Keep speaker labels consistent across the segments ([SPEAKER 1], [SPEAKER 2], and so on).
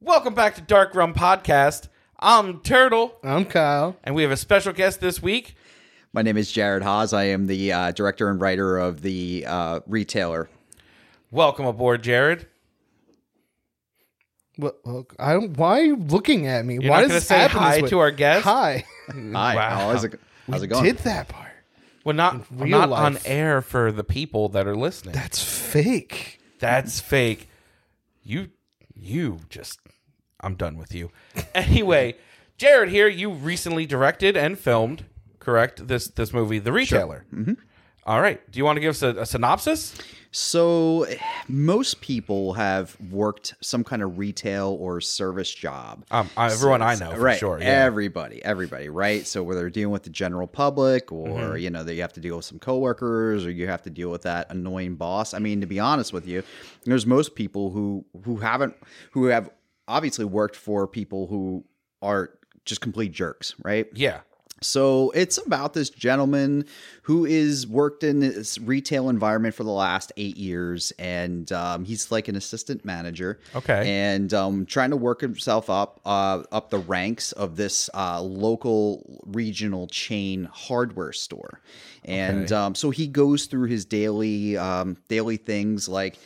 [SPEAKER 1] Welcome back to Dark Rum Podcast. I'm Turtle,
[SPEAKER 2] I'm Kyle.
[SPEAKER 1] and we have a special guest this week.
[SPEAKER 3] My name is Jared Haas. I am the uh, director and writer of the uh, retailer.
[SPEAKER 1] Welcome aboard, Jared.
[SPEAKER 2] What, well, I don't. Why are you looking at me?
[SPEAKER 1] You're
[SPEAKER 2] why
[SPEAKER 1] not
[SPEAKER 2] does
[SPEAKER 1] gonna
[SPEAKER 2] this
[SPEAKER 1] say
[SPEAKER 2] happen
[SPEAKER 1] hi
[SPEAKER 2] this way?
[SPEAKER 1] to our guest?
[SPEAKER 2] Hi.
[SPEAKER 3] Hi,
[SPEAKER 1] Mm. Wow.
[SPEAKER 3] how's it, how's it going?
[SPEAKER 2] Did that part?
[SPEAKER 1] Well, not we're
[SPEAKER 2] real
[SPEAKER 1] not on
[SPEAKER 2] life.
[SPEAKER 1] air for the people that are listening.
[SPEAKER 2] That's fake.
[SPEAKER 1] That's fake. You, you just. I'm done with you. Anyway, Jared here. You recently directed and filmed, correct? This this movie, The Retailer. All right. Do you want to give us a, a synopsis?
[SPEAKER 3] So, most people have worked some kind of retail or service job.
[SPEAKER 1] Um, I- everyone I know, for
[SPEAKER 3] right?
[SPEAKER 1] sure. Yeah.
[SPEAKER 3] Everybody, everybody, right? So whether they're dealing with the general public, or
[SPEAKER 1] Mm-hmm.
[SPEAKER 3] you know, that you have to deal with some coworkers, or you have to deal with that annoying boss. I mean, to be honest with you, there's most people who who haven't who have obviously worked for people who are just complete jerks, right?
[SPEAKER 1] yeah.
[SPEAKER 3] So it's about this gentleman who is worked in this retail environment for the last eight years, and um, he's like an assistant manager.
[SPEAKER 1] Okay.
[SPEAKER 3] and um, trying to work himself up uh, up the ranks of this uh, local regional chain hardware store, and um, so he goes through his daily um, daily things like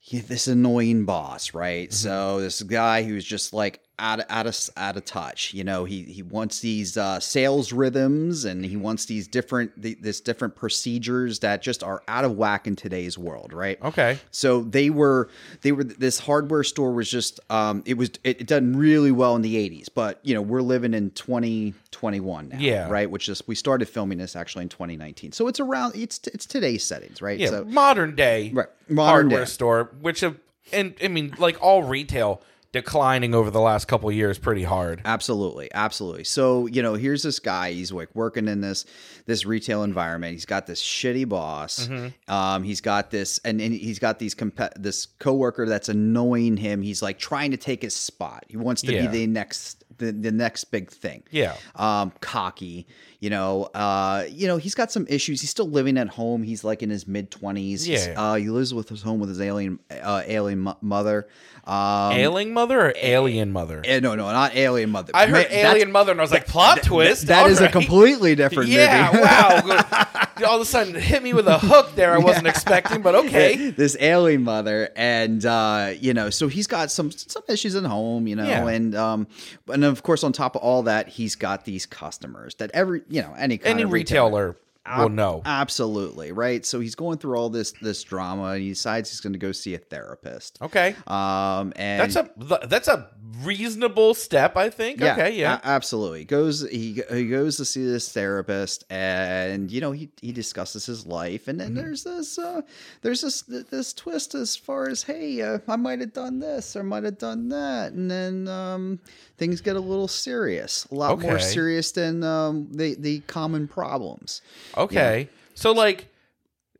[SPEAKER 3] he- this annoying boss,
[SPEAKER 1] Mm-hmm.
[SPEAKER 3] right? So this guy who's just like out of, out of s- out of touch. You know, he he wants these uh, sales rhythms and
[SPEAKER 1] Mm-hmm.
[SPEAKER 3] he wants these different th- this different procedures that just are out of whack in today's world, right?
[SPEAKER 1] Okay.
[SPEAKER 3] So they were they were this hardware store was just um it was it, it done really well in the 80s, but you know, we're living in 2021 now,
[SPEAKER 1] Yeah.
[SPEAKER 3] right? Which is we started filming this actually in 2019. So it's around it's it's today's settings, right?
[SPEAKER 1] Yeah,
[SPEAKER 3] So
[SPEAKER 1] modern day
[SPEAKER 3] Right, modern
[SPEAKER 1] hardware
[SPEAKER 3] day.
[SPEAKER 1] store, which have, and I mean, like all retail declining over the last couple of years, pretty hard.
[SPEAKER 3] Um, Absolutely, absolutely. So you know, here's this guy. He's like working in this this retail environment. He's got this shitty boss.
[SPEAKER 1] Mm-hmm.
[SPEAKER 3] Um, he's got this, and, and he's got these comp- this coworker that's annoying him. He's like trying to take his spot. He wants to
[SPEAKER 1] Yeah.
[SPEAKER 3] be the next the, the next big thing.
[SPEAKER 1] Yeah.
[SPEAKER 3] Um, cocky. You know. Uh, you know. He's got some issues. He's still living at home. He's like in his mid twenties.
[SPEAKER 1] Yeah.
[SPEAKER 3] Uh, he lives with his home with his alien uh, alien mo- mother. Um,
[SPEAKER 1] Ailing mother or alien mother?
[SPEAKER 3] eh, no, no, not alien mother.
[SPEAKER 1] I heard
[SPEAKER 3] Ma- that's-
[SPEAKER 1] alien mother, and I was like, plot twist.
[SPEAKER 3] that is
[SPEAKER 1] All
[SPEAKER 3] a
[SPEAKER 1] right.
[SPEAKER 3] completely different
[SPEAKER 1] Yeah,
[SPEAKER 3] movie.
[SPEAKER 1] wow. All of a sudden, it hit me with a hook there I wasn't expecting, but okay.
[SPEAKER 3] this alien mother, and uh, you know, so he's got some some issues at home, you know,
[SPEAKER 1] Yeah.
[SPEAKER 3] and um, and of course, on top of all that, he's got these customers that every you know any kind
[SPEAKER 1] Any
[SPEAKER 3] of retailer.
[SPEAKER 1] retailer
[SPEAKER 3] Uh,
[SPEAKER 1] will know.
[SPEAKER 3] Absolutely right. So he's going through all this this drama, and he decides he's going to go see a therapist.
[SPEAKER 1] Okay,
[SPEAKER 3] Um, and
[SPEAKER 1] Oh. that's a that's a reasonable step, I think. okay, yeah,
[SPEAKER 3] a- absolutely. Goes he he goes to see this therapist, and you know he he discusses his life, and
[SPEAKER 1] Mm-hmm.
[SPEAKER 3] then there's this uh, there's this this twist as far as hey, uh, I might have done this or might have done that, and then um, things get a little serious, a lot more
[SPEAKER 1] Okay.
[SPEAKER 3] serious than um, the the common problems.
[SPEAKER 1] okay. So like,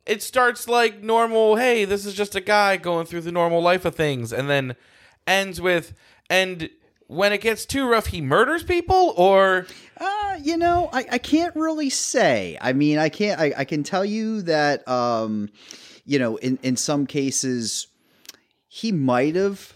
[SPEAKER 1] it starts like normal. Hey, this is just a guy going through the normal life of things, and then ends with and when it gets too rough, he murders people or
[SPEAKER 3] Uh, you know, I, I can't really say. I mean, I can't. I, I can tell you that, um, you know, in in some cases, he might have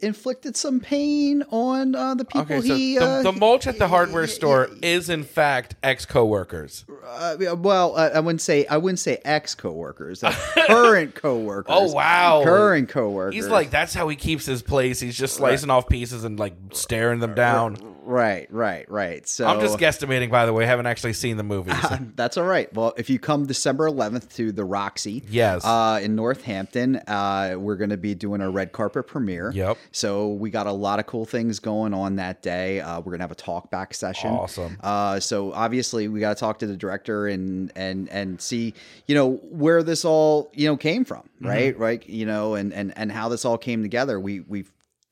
[SPEAKER 3] inflicted some pain on uh, the people
[SPEAKER 1] okay. So
[SPEAKER 3] he.
[SPEAKER 1] the,
[SPEAKER 3] uh,
[SPEAKER 1] the mulch at the hardware
[SPEAKER 3] y-
[SPEAKER 1] store is in fact ex coworkers.
[SPEAKER 3] uh, well, uh, I wouldn't say. I wouldn't say ex coworkers. Uh, current coworkers.
[SPEAKER 1] Oh, wow.
[SPEAKER 3] Current coworkers.
[SPEAKER 1] He's like, that's how he keeps his place. He's just slicing off pieces and like staring them down.
[SPEAKER 3] Right, right, right. So
[SPEAKER 1] I'm just guesstimating, by the way. I haven't actually seen the movie. so-
[SPEAKER 3] That's all right. Well, if you come December 11th to the Roxy,
[SPEAKER 1] Yes.
[SPEAKER 3] uh, in Northampton, uh, we're going to be doing a red carpet premiere.
[SPEAKER 1] Yep.
[SPEAKER 3] So we got a lot of cool things going on that day. Uh, we're going to have a talk back session.
[SPEAKER 1] Awesome.
[SPEAKER 3] Uh, so obviously we got to talk to the director and and and see you know where this all you know came from,
[SPEAKER 1] Mm-hmm.
[SPEAKER 3] right? Right. You know, and and and how this all came together. We we.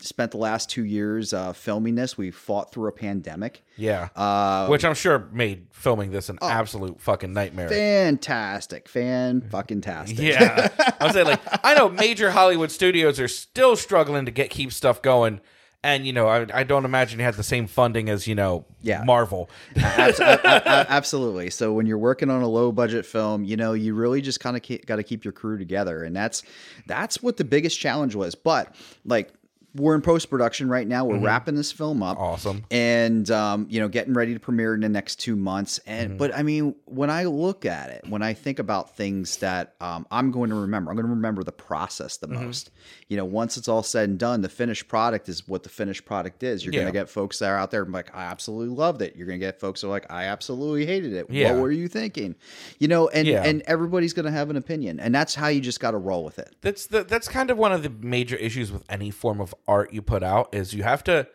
[SPEAKER 3] Spent the last two years uh, filming this. We fought through a pandemic.
[SPEAKER 1] yeah.
[SPEAKER 3] Uh,
[SPEAKER 1] Which I'm sure made filming this an absolute fucking nightmare.
[SPEAKER 3] fantastic, fan fucking tastic.
[SPEAKER 1] yeah. I was saying, like, I know major Hollywood studios are still struggling to get keep stuff going. And, you know, I, I don't imagine it had the same funding as, you know,
[SPEAKER 3] Yeah.
[SPEAKER 1] Marvel.
[SPEAKER 3] Abs- a- a- a- absolutely. So when you're working on a low budget film, you know you really just kind of ke- got to keep your crew together, and that's that's what the biggest challenge was. But like we're in post production right now. We're wrapping this film up.
[SPEAKER 1] Awesome.
[SPEAKER 3] And um, you know, getting ready to premiere in the next two months.
[SPEAKER 1] Mm-hmm.
[SPEAKER 3] And but I mean, when I look at it, when I think about things that um, I'm going to remember, I'm going to remember the process the
[SPEAKER 1] Mm-hmm.
[SPEAKER 3] most. You know, once it's all said and done, the finished product is what the finished product is. You're
[SPEAKER 1] Yeah.
[SPEAKER 3] going to get folks that are out there and like, I absolutely loved it. You're going to get folks that are like, I absolutely hated it.
[SPEAKER 1] Yeah.
[SPEAKER 3] What were you thinking? You know, and
[SPEAKER 1] Yeah.
[SPEAKER 3] and everybody's going to have an opinion, and that's how you just got to roll with it.
[SPEAKER 1] that's the, that's kind of one of the major issues with any form of art you put out is you have to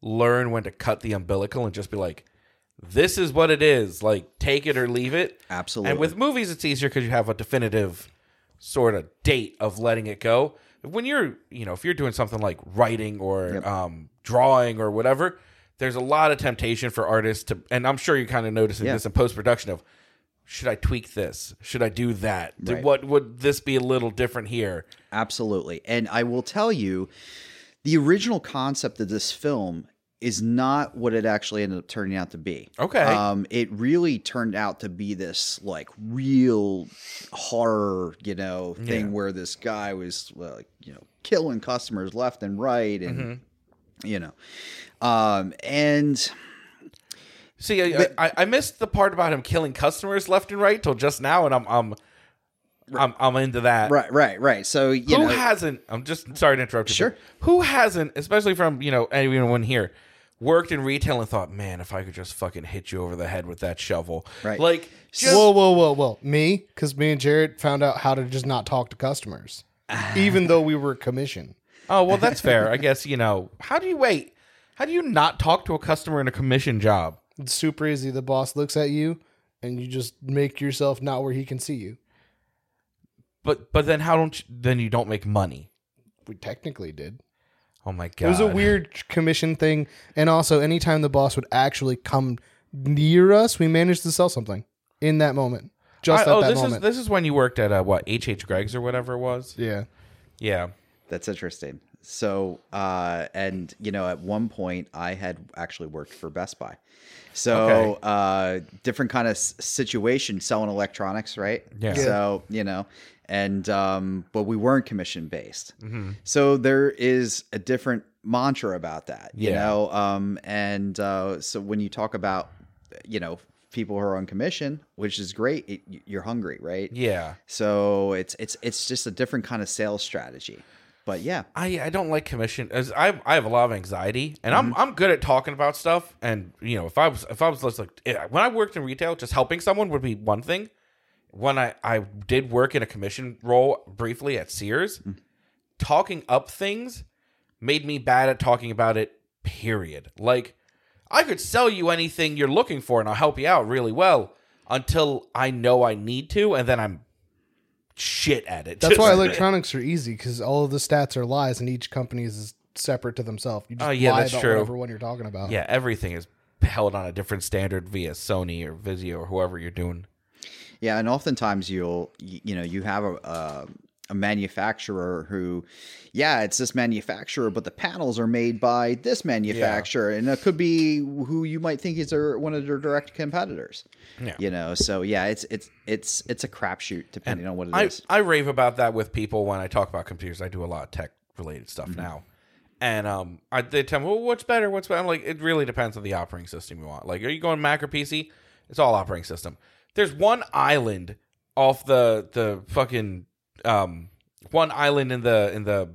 [SPEAKER 1] learn when to cut the umbilical and just be like this is what it is like take it or leave it
[SPEAKER 3] Absolutely.
[SPEAKER 1] and with movies it's easier because you have a definitive sort of date of letting it go when you're you know if you're doing something like writing or um, drawing or whatever there's a lot of temptation for artists to and i'm sure you're kind of noticing
[SPEAKER 3] Yeah.
[SPEAKER 1] this in post-production of should i tweak this should i do that Do-
[SPEAKER 3] Right.
[SPEAKER 1] what would this be a little different here
[SPEAKER 3] Absolutely. And I will tell you, the original concept of this film is not what it actually ended up turning out to be.
[SPEAKER 1] Okay.
[SPEAKER 3] Um, it really turned out to be this like real horror, you know, thing where this guy was like, you know, killing customers left and right and
[SPEAKER 1] Mm-hmm.
[SPEAKER 3] you know. Um, and
[SPEAKER 1] See, I, I, I missed the part about him killing customers left and right till just now, and I'm I'm I'm, I'm into that.
[SPEAKER 3] right, right, right. So you
[SPEAKER 1] Who
[SPEAKER 3] know
[SPEAKER 1] hasn't? I'm just sorry to interrupt you.
[SPEAKER 3] Sure.
[SPEAKER 1] but Who hasn't, especially from you know anyone here, worked in retail and thought, man, if I could just fucking hit you over the head with that shovel,
[SPEAKER 3] Right.
[SPEAKER 1] Like, just,
[SPEAKER 2] whoa, whoa, whoa, whoa. Me? Because me and Jared found out how to just not talk to customers,
[SPEAKER 3] Ah.
[SPEAKER 2] even though we were commission.
[SPEAKER 1] oh well, that's fair. I guess you know. How do you wait? How do you not talk to a customer in a commission job?
[SPEAKER 2] It's super easy. The boss looks at you and you just make yourself not where he can see you.
[SPEAKER 1] But but then how don't you, then you don't make money?
[SPEAKER 2] We technically did.
[SPEAKER 1] Oh my god,
[SPEAKER 2] It was a weird commission thing. And also, anytime the boss would actually come near us, we managed to sell something in that moment. Just
[SPEAKER 1] I-
[SPEAKER 2] at
[SPEAKER 1] oh,
[SPEAKER 2] that
[SPEAKER 1] this
[SPEAKER 2] moment.
[SPEAKER 1] is this is when you worked at uh, what H H Greg's or whatever it was.
[SPEAKER 2] yeah.
[SPEAKER 1] Yeah.
[SPEAKER 3] That's interesting. So, uh, and you know, at one point, I had actually worked for Best Buy. So,
[SPEAKER 1] Okay.
[SPEAKER 3] uh, different kind of s- situation selling electronics, right?
[SPEAKER 1] Yeah. Yeah.
[SPEAKER 3] So, you know, and um, but we weren't commission based.
[SPEAKER 1] Mm-hmm.
[SPEAKER 3] So there is a different mantra about that, you
[SPEAKER 1] Yeah.
[SPEAKER 3] know. Um, and uh, so when you talk about, you know, people who are on commission, which is great, it, you're hungry, right?
[SPEAKER 1] Yeah.
[SPEAKER 3] So it's it's it's just a different kind of sales strategy. But yeah,
[SPEAKER 1] I, I don't like commission as I I have a lot of anxiety and
[SPEAKER 2] Mm-hmm.
[SPEAKER 1] I'm I'm good at talking about stuff and you know if I was if I was just like eh, when I worked in retail just helping someone would be one thing when I I did work in a commission role briefly at Sears
[SPEAKER 2] Mm.
[SPEAKER 1] talking up things made me bad at talking about it period like I could sell you anything you're looking for and I'll help you out really well until I know I need to and then I'm shit at it
[SPEAKER 2] That's why
[SPEAKER 1] Just-
[SPEAKER 2] electronics are easy because all of the stats are lies, and each company is separate to themselves. You just
[SPEAKER 1] Oh, yeah,
[SPEAKER 2] lie
[SPEAKER 1] that's
[SPEAKER 2] about
[SPEAKER 1] true.
[SPEAKER 2] whatever one you're talking about.
[SPEAKER 1] Yeah, everything is held on a different standard via Sony or Vizio or whoever you're doing.
[SPEAKER 3] Yeah, and oftentimes you'll y- you know you have a a, um, a manufacturer who, yeah, it's this manufacturer, but the panels are made by this manufacturer, and it could be who you might think is their, one of their direct competitors.
[SPEAKER 1] Yeah.
[SPEAKER 3] You know, so yeah, it's it's it's it's a crapshoot depending on what it is.
[SPEAKER 1] I, I rave about that with people when I talk about computers. I do a lot of tech related stuff now. And um, I, they tell me, well, what's better? What's better? I'm like, it really depends on the operating system you want. Like, are you going Mac or PC? It's all operating system. There's one island off the the fucking um one island in the in the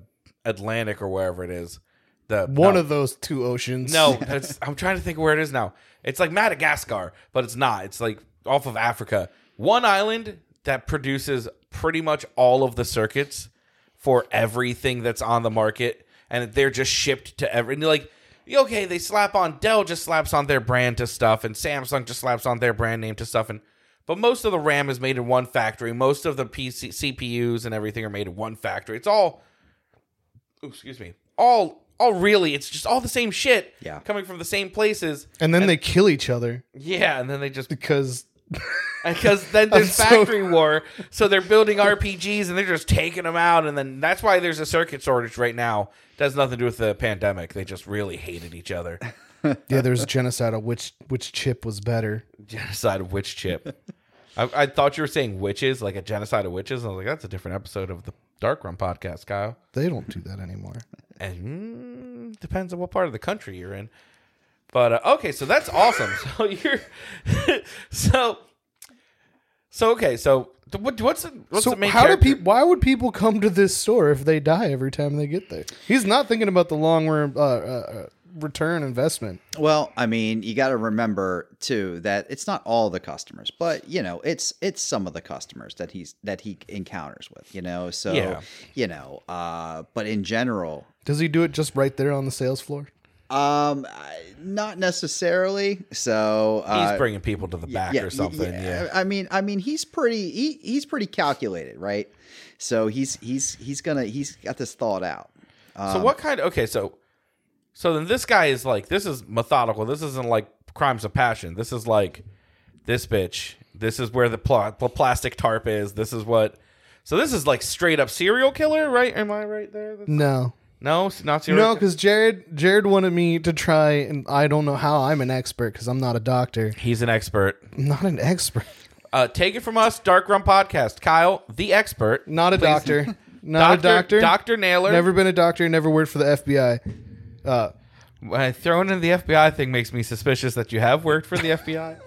[SPEAKER 1] Atlantic or wherever it is. The
[SPEAKER 2] One
[SPEAKER 1] no,
[SPEAKER 2] of those two oceans.
[SPEAKER 1] No, that's, I'm trying to think of where it is now. It's like Madagascar, but it's not. It's like off of Africa. One island that produces pretty much all of the circuits for everything that's on the market, and they're just shipped to every. And like, okay, they slap on Dell, just slaps on their brand to stuff, and Samsung just slaps on their brand name to stuff, and but most of the RAM is made in one factory. Most of the PC, CPUs and everything are made in one factory. It's all ooh, excuse me, all all really, it's just all the same shit.
[SPEAKER 3] Yeah.
[SPEAKER 1] coming from the same places.
[SPEAKER 2] and then they kill each other
[SPEAKER 1] Yeah, and then they just
[SPEAKER 2] because
[SPEAKER 1] because then there's
[SPEAKER 2] so-
[SPEAKER 1] factory war, so they're building RPGs and they're just taking them out, and then that's why there's a circuit shortage right now. It has nothing to do with the pandemic. They just really hated each other.
[SPEAKER 2] yeah, there's genocide of which which chip was better.
[SPEAKER 1] Genocide of witch chip. I, I thought you were saying witches, like a genocide of witches. And I was like, that's a different episode of the Dark Run podcast, Kyle.
[SPEAKER 2] They don't do that anymore.
[SPEAKER 1] and mm, depends on what part of the country you're in. But uh, okay, so that's awesome. So you're so so okay. So th- what, what's the, what's
[SPEAKER 2] So
[SPEAKER 1] the main
[SPEAKER 2] how
[SPEAKER 1] character?
[SPEAKER 2] do people? Why would people come to this store if they die every time they get there? He's not thinking about the long term uh, uh, return investment.
[SPEAKER 3] Well, I mean, you got to remember too that it's not all the customers, but you know, it's it's some of the customers that he's that he encounters with, you know. So,
[SPEAKER 1] Yeah.
[SPEAKER 3] you know, uh but in general,
[SPEAKER 2] Does he do it just right there on the sales floor?
[SPEAKER 3] um I- not necessarily. So, uh
[SPEAKER 1] He's bringing people to the back
[SPEAKER 3] yeah,
[SPEAKER 1] or something. Yeah.
[SPEAKER 3] I mean, I mean, he's pretty he, he's pretty calculated, right? So, he's he's he's going to he's got this thought out.
[SPEAKER 1] So what kind? okay, so so then this guy is like this is methodical. This isn't like crimes of passion. This is like this bitch. This is where the pl- pl- plastic tarp is. This is what. So this is like straight up serial killer, right? Am I right there? That's-
[SPEAKER 2] No,
[SPEAKER 1] No, s- not serial.
[SPEAKER 2] no, because Jared Jared wanted me to try, and I don't know how I'm an expert because I'm not a doctor.
[SPEAKER 1] he's an expert.
[SPEAKER 2] I'm not an expert.
[SPEAKER 1] Uh, take it from us, Dark Rum Podcast. Kyle, the expert,
[SPEAKER 2] Not a doctor. Not a doctor.
[SPEAKER 1] Doctor Naylor.
[SPEAKER 2] Never been a doctor. Never worked for the FBI.
[SPEAKER 1] Uh, throwing in the FBI thing makes me suspicious that you have worked for the FBI.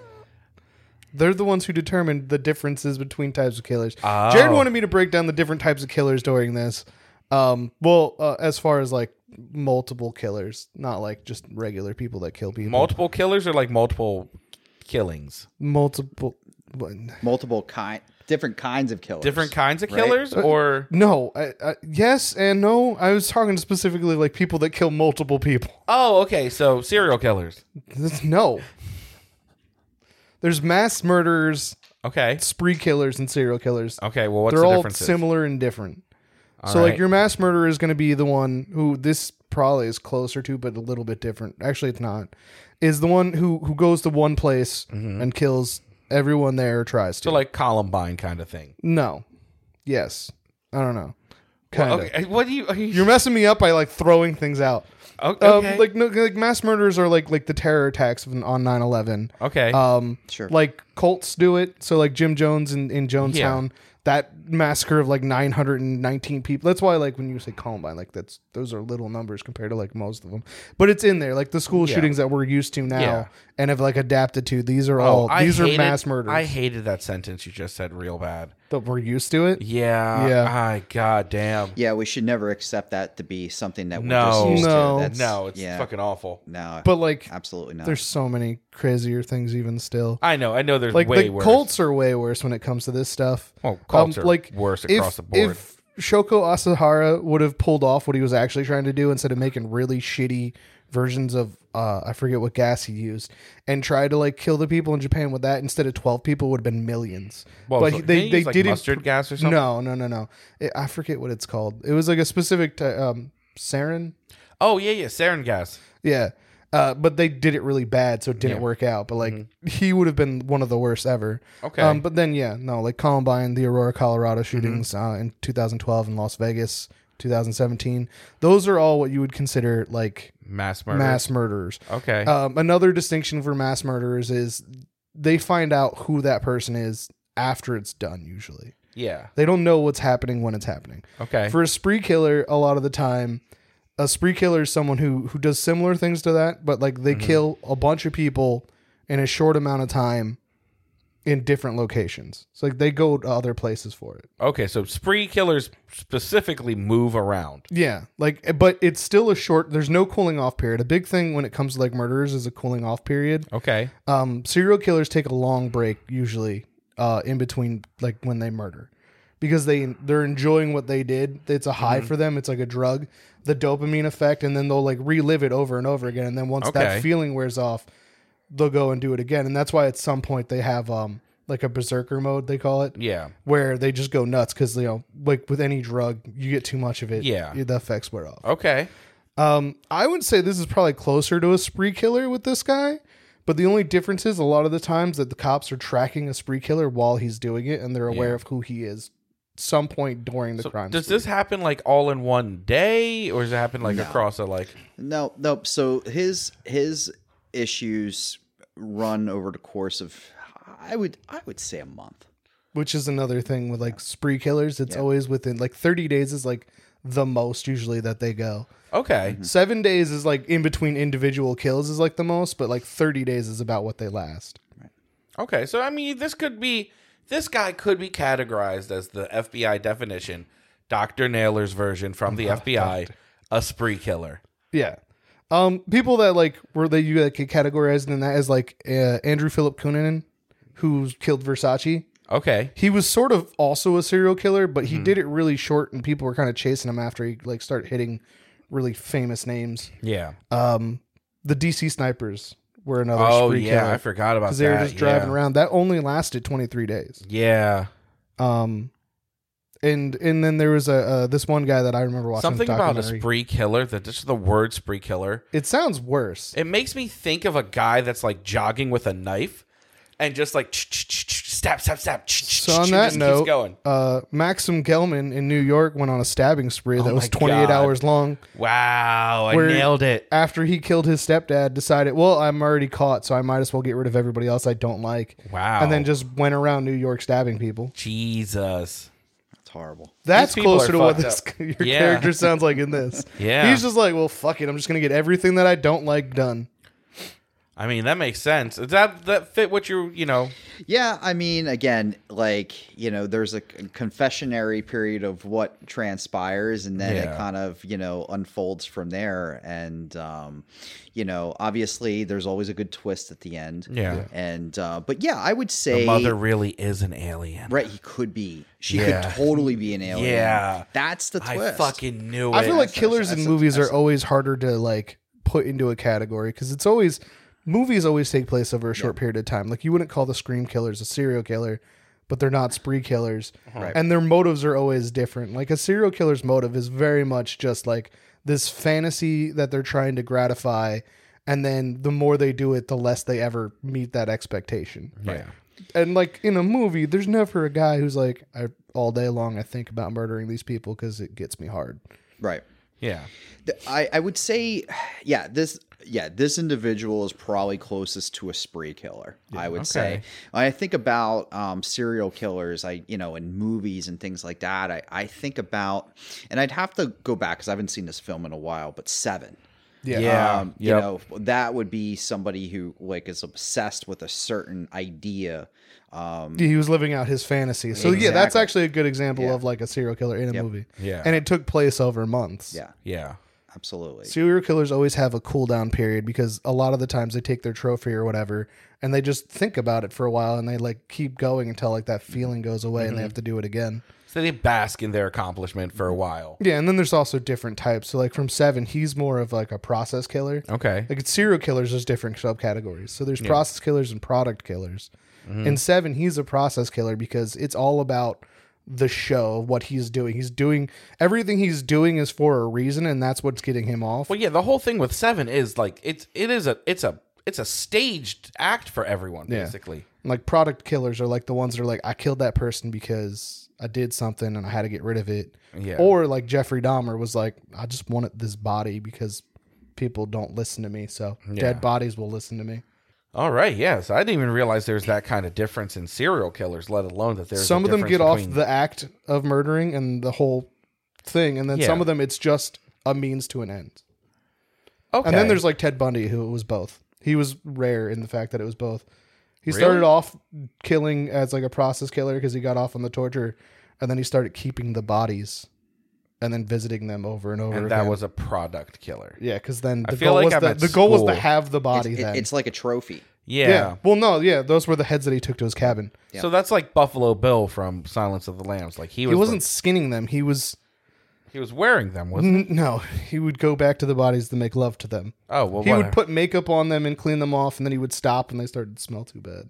[SPEAKER 2] They're the ones who determined the differences between types of killers. Jared wanted me to break down the different types of killers during this. Um, well, uh, as far as like multiple killers, not like just regular people that kill people.
[SPEAKER 1] Multiple killers or like multiple killings.
[SPEAKER 2] multiple.
[SPEAKER 3] Multiple kind different kinds of killers.
[SPEAKER 1] different kinds of
[SPEAKER 3] right?
[SPEAKER 1] killers or
[SPEAKER 2] No, I, I, yes and no. I was talking specifically like people that kill multiple people.
[SPEAKER 1] oh okay so serial killers
[SPEAKER 2] That's- No. There's mass murderers,
[SPEAKER 1] okay
[SPEAKER 2] spree killers, and serial killers.
[SPEAKER 1] okay well what's
[SPEAKER 2] they're
[SPEAKER 1] the
[SPEAKER 2] all
[SPEAKER 1] difference
[SPEAKER 2] similar and different. so
[SPEAKER 1] right.
[SPEAKER 2] like your mass murderer is going to be the one who this probably is closer to, but a little bit different. Actually, it's not. Is the one who who goes to one place and kills everyone there or tries to.
[SPEAKER 1] Mm-hmm. so like columbine kind of thing
[SPEAKER 2] no, yes, I don't know. Kind of.
[SPEAKER 1] okay what do you, are you-
[SPEAKER 2] You're messing me up by like throwing things out.
[SPEAKER 1] o- okay
[SPEAKER 2] Um, like no, like mass murders are like like the terror attacks of- on 9-11.
[SPEAKER 1] okay
[SPEAKER 2] Um,
[SPEAKER 3] Sure.
[SPEAKER 2] Like Colts do it. So like Jim Jones in, in Jonestown, that massacre of like 919 people. That's why like when you say Columbine, like that's those are little numbers compared to like most of them. But it's in there. Like the school shootings that we're used to now
[SPEAKER 1] Yeah.
[SPEAKER 2] and have like adapted to. These are
[SPEAKER 1] Oh,
[SPEAKER 2] all
[SPEAKER 1] I
[SPEAKER 2] these are
[SPEAKER 1] hated-
[SPEAKER 2] mass murders
[SPEAKER 1] i hated that sentence you just said real bad
[SPEAKER 2] that we're used to it.
[SPEAKER 1] yeah
[SPEAKER 2] Yeah.
[SPEAKER 1] i god damn
[SPEAKER 3] Yeah, we should never accept that to be something that we're
[SPEAKER 1] No.
[SPEAKER 3] just used
[SPEAKER 2] No.
[SPEAKER 3] to. That's,
[SPEAKER 1] no it's
[SPEAKER 3] yeah,
[SPEAKER 1] fucking awful
[SPEAKER 3] no,
[SPEAKER 2] But like
[SPEAKER 3] absolutely not.
[SPEAKER 2] there's so many crazier things even still.
[SPEAKER 1] i know i know there's
[SPEAKER 2] Like
[SPEAKER 1] way
[SPEAKER 2] the
[SPEAKER 1] worse
[SPEAKER 2] Colts are way worse when it comes to this stuff. Um,
[SPEAKER 1] Well, Colts are worse across the board.
[SPEAKER 2] If Shoko Asahara would have pulled off what he was actually trying to do instead of making really shitty versions of uh, I forget what gas he used and tried to like kill the people in Japan with that instead of twelve people would have been millions.
[SPEAKER 1] well,
[SPEAKER 2] but
[SPEAKER 1] so-
[SPEAKER 2] he- they
[SPEAKER 1] didn't you
[SPEAKER 2] they
[SPEAKER 1] use, like,
[SPEAKER 2] didn't.
[SPEAKER 1] mustard gas or something
[SPEAKER 2] no, no, no, no. It, I forget what it's called. It was like a specific ty um, sarin.
[SPEAKER 1] oh yeah yeah sarin gas
[SPEAKER 2] Yeah. Uh, but they did it really bad, so it didn't work out. But like
[SPEAKER 1] Mm-hmm.
[SPEAKER 2] he would have been one of the worst ever.
[SPEAKER 1] Okay. Mm-hmm.
[SPEAKER 2] Um, but then yeah, no, like Columbine, the Aurora, Colorado shootings uh, in 2012 in Las Vegas, 2017. Those are all what you would consider like
[SPEAKER 1] mass murder
[SPEAKER 2] mass murderers.
[SPEAKER 1] okay
[SPEAKER 2] Um, another distinction for mass murderers is they find out who that person is after it's done. Usually,
[SPEAKER 1] yeah
[SPEAKER 2] they don't know what's happening when it's happening.
[SPEAKER 1] okay
[SPEAKER 2] For a spree killer, a lot of the time, a spree killer is someone who who does similar things to that, but like they kill a bunch of people in a short amount of time in different locations. So like they go to other places for it.
[SPEAKER 1] okay so spree killers specifically move around
[SPEAKER 2] Yeah, like but it's still a short. There's no cooling off period. A big thing when it comes to like murderers is a cooling off period.
[SPEAKER 1] okay
[SPEAKER 2] Um, serial killers take a long break usually uh, in between like when they murder because they they're enjoying what they did. It's a
[SPEAKER 1] Mm-hmm.
[SPEAKER 2] high for them. It's like a drug, the dopamine effect, and then they'll like relive it over and over again. And then once
[SPEAKER 1] Okay.
[SPEAKER 2] that feeling wears off, they'll go and do it again. And that's why at some point they have um like a berserker mode they call it.
[SPEAKER 1] yeah
[SPEAKER 2] Where they just go nuts because you know, like with any drug, you get too much of it.
[SPEAKER 1] Yeah.
[SPEAKER 2] the effects wear off.
[SPEAKER 1] Okay.
[SPEAKER 2] Um, I would say this is probably closer to a spree killer with this guy, but the only difference is a lot of the times that the cops are tracking a spree killer while he's doing it, and they're aware of who he is some point during the crime.
[SPEAKER 1] Does
[SPEAKER 2] spree.
[SPEAKER 1] this happen like all in one day, or does it happen like across a like?
[SPEAKER 3] no, no. So his his issues run over the course of I would I would say a month.
[SPEAKER 2] Which is another thing with like spree killers, it's always within like thirty days is like the most usually that they go.
[SPEAKER 1] Okay.
[SPEAKER 2] Seven days is like in between individual kills is like the most, but like 30 days is about what they last. Mm-hmm.
[SPEAKER 1] Okay. So I mean, this could be this guy could be categorized as the FBI definition, Doctor Naylor's version from the FBI, a spree killer.
[SPEAKER 2] Yeah. Um, people that like were that you like could categorize in that as like uh, Andrew Philip Cunanan, who killed Versace.
[SPEAKER 1] Okay.
[SPEAKER 2] He was sort of also a serial killer, but
[SPEAKER 1] Mm-hmm.
[SPEAKER 2] he did it really short, and people were kind of chasing him after he like started hitting really famous names.
[SPEAKER 1] Yeah.
[SPEAKER 2] Um, the DC snipers were another
[SPEAKER 1] oh
[SPEAKER 2] spree
[SPEAKER 1] yeah, I
[SPEAKER 2] killer
[SPEAKER 1] forgot about that.
[SPEAKER 2] because they were just driving
[SPEAKER 1] yeah.
[SPEAKER 2] around. That only lasted twenty three days.
[SPEAKER 1] Yeah.
[SPEAKER 2] Um, and and then there was a uh, this one guy that I remember watching
[SPEAKER 1] Something
[SPEAKER 2] the
[SPEAKER 1] about a
[SPEAKER 2] documentary.
[SPEAKER 1] spree killer. That just the word spree killer.
[SPEAKER 2] It sounds worse.
[SPEAKER 1] It makes me think of a guy that's like jogging with a knife, and just like stab, stab, stab.
[SPEAKER 2] So on that note,
[SPEAKER 1] going.
[SPEAKER 2] uh, Maxim Gelman in New York went on a stabbing spree that was
[SPEAKER 1] Oh my
[SPEAKER 2] 28
[SPEAKER 1] God.
[SPEAKER 2] hours long.
[SPEAKER 1] Wow, I
[SPEAKER 2] Where-
[SPEAKER 1] nailed it.
[SPEAKER 2] After he killed his stepdad, decided, well, I'm already caught, so I might as well get rid of everybody else I don't like.
[SPEAKER 1] Wow.
[SPEAKER 2] And then just went around New York stabbing people.
[SPEAKER 1] Jesus.
[SPEAKER 3] It's horrible.
[SPEAKER 2] That's
[SPEAKER 1] people
[SPEAKER 2] closer
[SPEAKER 1] are
[SPEAKER 2] to what this
[SPEAKER 1] fucked
[SPEAKER 2] your
[SPEAKER 1] Yeah.
[SPEAKER 2] character sounds like in this.
[SPEAKER 1] Yeah.
[SPEAKER 2] He's just like, well, fuck it. I'm just going to get everything that I don't like done.
[SPEAKER 1] I mean, that makes sense. Does that that fit what you you know?
[SPEAKER 3] Yeah, I mean, again, like you know, there's a c- confessionary period of what transpires, and then
[SPEAKER 1] Yeah.
[SPEAKER 3] it kind of you know unfolds from there. And um, you know, obviously, there's always a good twist at the end.
[SPEAKER 1] Yeah. Yeah.
[SPEAKER 3] And uh, but yeah, I would say
[SPEAKER 1] The mother really is an alien.
[SPEAKER 3] Right, he could be. She
[SPEAKER 1] Yeah.
[SPEAKER 3] could totally be an alien.
[SPEAKER 1] Yeah.
[SPEAKER 3] that's the
[SPEAKER 1] I
[SPEAKER 3] twist.
[SPEAKER 1] fucking knew it.
[SPEAKER 2] I feel like
[SPEAKER 3] that's-
[SPEAKER 2] killers in
[SPEAKER 3] that's-
[SPEAKER 2] movies
[SPEAKER 3] that's-
[SPEAKER 2] are always harder to like put into a category because it's always movies always take place over a short period of time. Like you wouldn't call the scream killers a serial killer, but they're not spree killers,
[SPEAKER 3] Right.
[SPEAKER 2] and their motives are always different. Like a serial killer's motive is very much just like this fantasy that they're trying to gratify. And then the more they do it, the less they ever meet that expectation.
[SPEAKER 1] Yeah.
[SPEAKER 2] And like in a movie, there's never a guy who's like, I, all day long, I think about murdering these people because it gets me hard.
[SPEAKER 3] right.
[SPEAKER 1] Yeah.
[SPEAKER 3] Th- I, I would say, yeah, this yeah this individual is probably closest to a spree killer. I would say.
[SPEAKER 1] okay.
[SPEAKER 3] I think about um, serial killers. I you know in movies and things like that. I I think about, and I'd have to go back because I haven't seen this film in a while. But Seven.
[SPEAKER 2] Yeah.
[SPEAKER 3] um, you
[SPEAKER 1] Yep.
[SPEAKER 3] know that would be somebody who like is obsessed with a certain idea. Um,
[SPEAKER 2] Yeah, he was living out his fantasy. So yeah, that's
[SPEAKER 3] Exactly.
[SPEAKER 2] actually a good example of like a serial killer in a movie.
[SPEAKER 1] Yeah.
[SPEAKER 2] And it took place over months.
[SPEAKER 3] yeah,
[SPEAKER 1] Yeah.
[SPEAKER 3] absolutely.
[SPEAKER 2] Serial killers always have a cool down period because a lot of the times they take their trophy or whatever and they just think about it for a while and they like keep going until like that feeling goes away
[SPEAKER 3] Mm-hmm.
[SPEAKER 2] and they have to do it again.
[SPEAKER 1] So they bask in their accomplishment for a while.
[SPEAKER 2] Yeah, and then there's also different types. So like from 7, he's more of like a process killer.
[SPEAKER 1] Okay.
[SPEAKER 2] Like it's serial killers, there's different subcategories. So there's process killers and product killers. In seven, he's a process killer because it's all about the show, what he's doing. He's doing everything he's doing is for a reason, and that's what's getting him off.
[SPEAKER 1] Well, yeah. The whole thing with seven is like it's it is a it's a it's a staged act for everyone basically.
[SPEAKER 2] Like product killers are like the ones that are like, I killed that person because I did something and I had to get rid of it.
[SPEAKER 1] Yeah.
[SPEAKER 2] Or like Jeffrey Dahmer was like, I just wanted this body because people don't listen to me, so dead bodies will listen to me.
[SPEAKER 1] All right. Yeah. So I didn't even realize there's that kind of difference in serial killers, let alone that there's a
[SPEAKER 2] some of them
[SPEAKER 1] difference
[SPEAKER 2] get off
[SPEAKER 1] between-
[SPEAKER 2] the act of murdering and the whole thing and then
[SPEAKER 1] Yeah.
[SPEAKER 2] some of them it's just a means to an end
[SPEAKER 1] Okay.
[SPEAKER 2] and then there's like ted bundy who was both he was rare in the fact that it was both he started off killing as like a process killer because he got off on the torture and then he started keeping the bodies and then visiting them over and over
[SPEAKER 1] and that
[SPEAKER 2] again.
[SPEAKER 1] was a product killer.
[SPEAKER 2] yeah because then the
[SPEAKER 1] feel
[SPEAKER 2] goal,
[SPEAKER 1] like
[SPEAKER 2] was,
[SPEAKER 1] I'm
[SPEAKER 2] the,
[SPEAKER 1] at
[SPEAKER 2] the goal was to
[SPEAKER 1] school.
[SPEAKER 2] have the
[SPEAKER 3] It's,
[SPEAKER 2] body
[SPEAKER 3] it-
[SPEAKER 2] then
[SPEAKER 3] it's like a trophy.
[SPEAKER 1] Yeah.
[SPEAKER 2] yeah well no yeah those were the heads that he took to his cabin
[SPEAKER 1] So that's like Buffalo Bill from Silence of the Lambs. Like he was
[SPEAKER 2] he wasn't skinning them he was
[SPEAKER 1] he was wearing them, wasn't?
[SPEAKER 2] N- No, he would go back to the bodies to make love to them.
[SPEAKER 1] he? Oh well,
[SPEAKER 2] He
[SPEAKER 1] whatever.
[SPEAKER 2] would put makeup on them and clean them off, and then he would stop, and they started to smell too bad.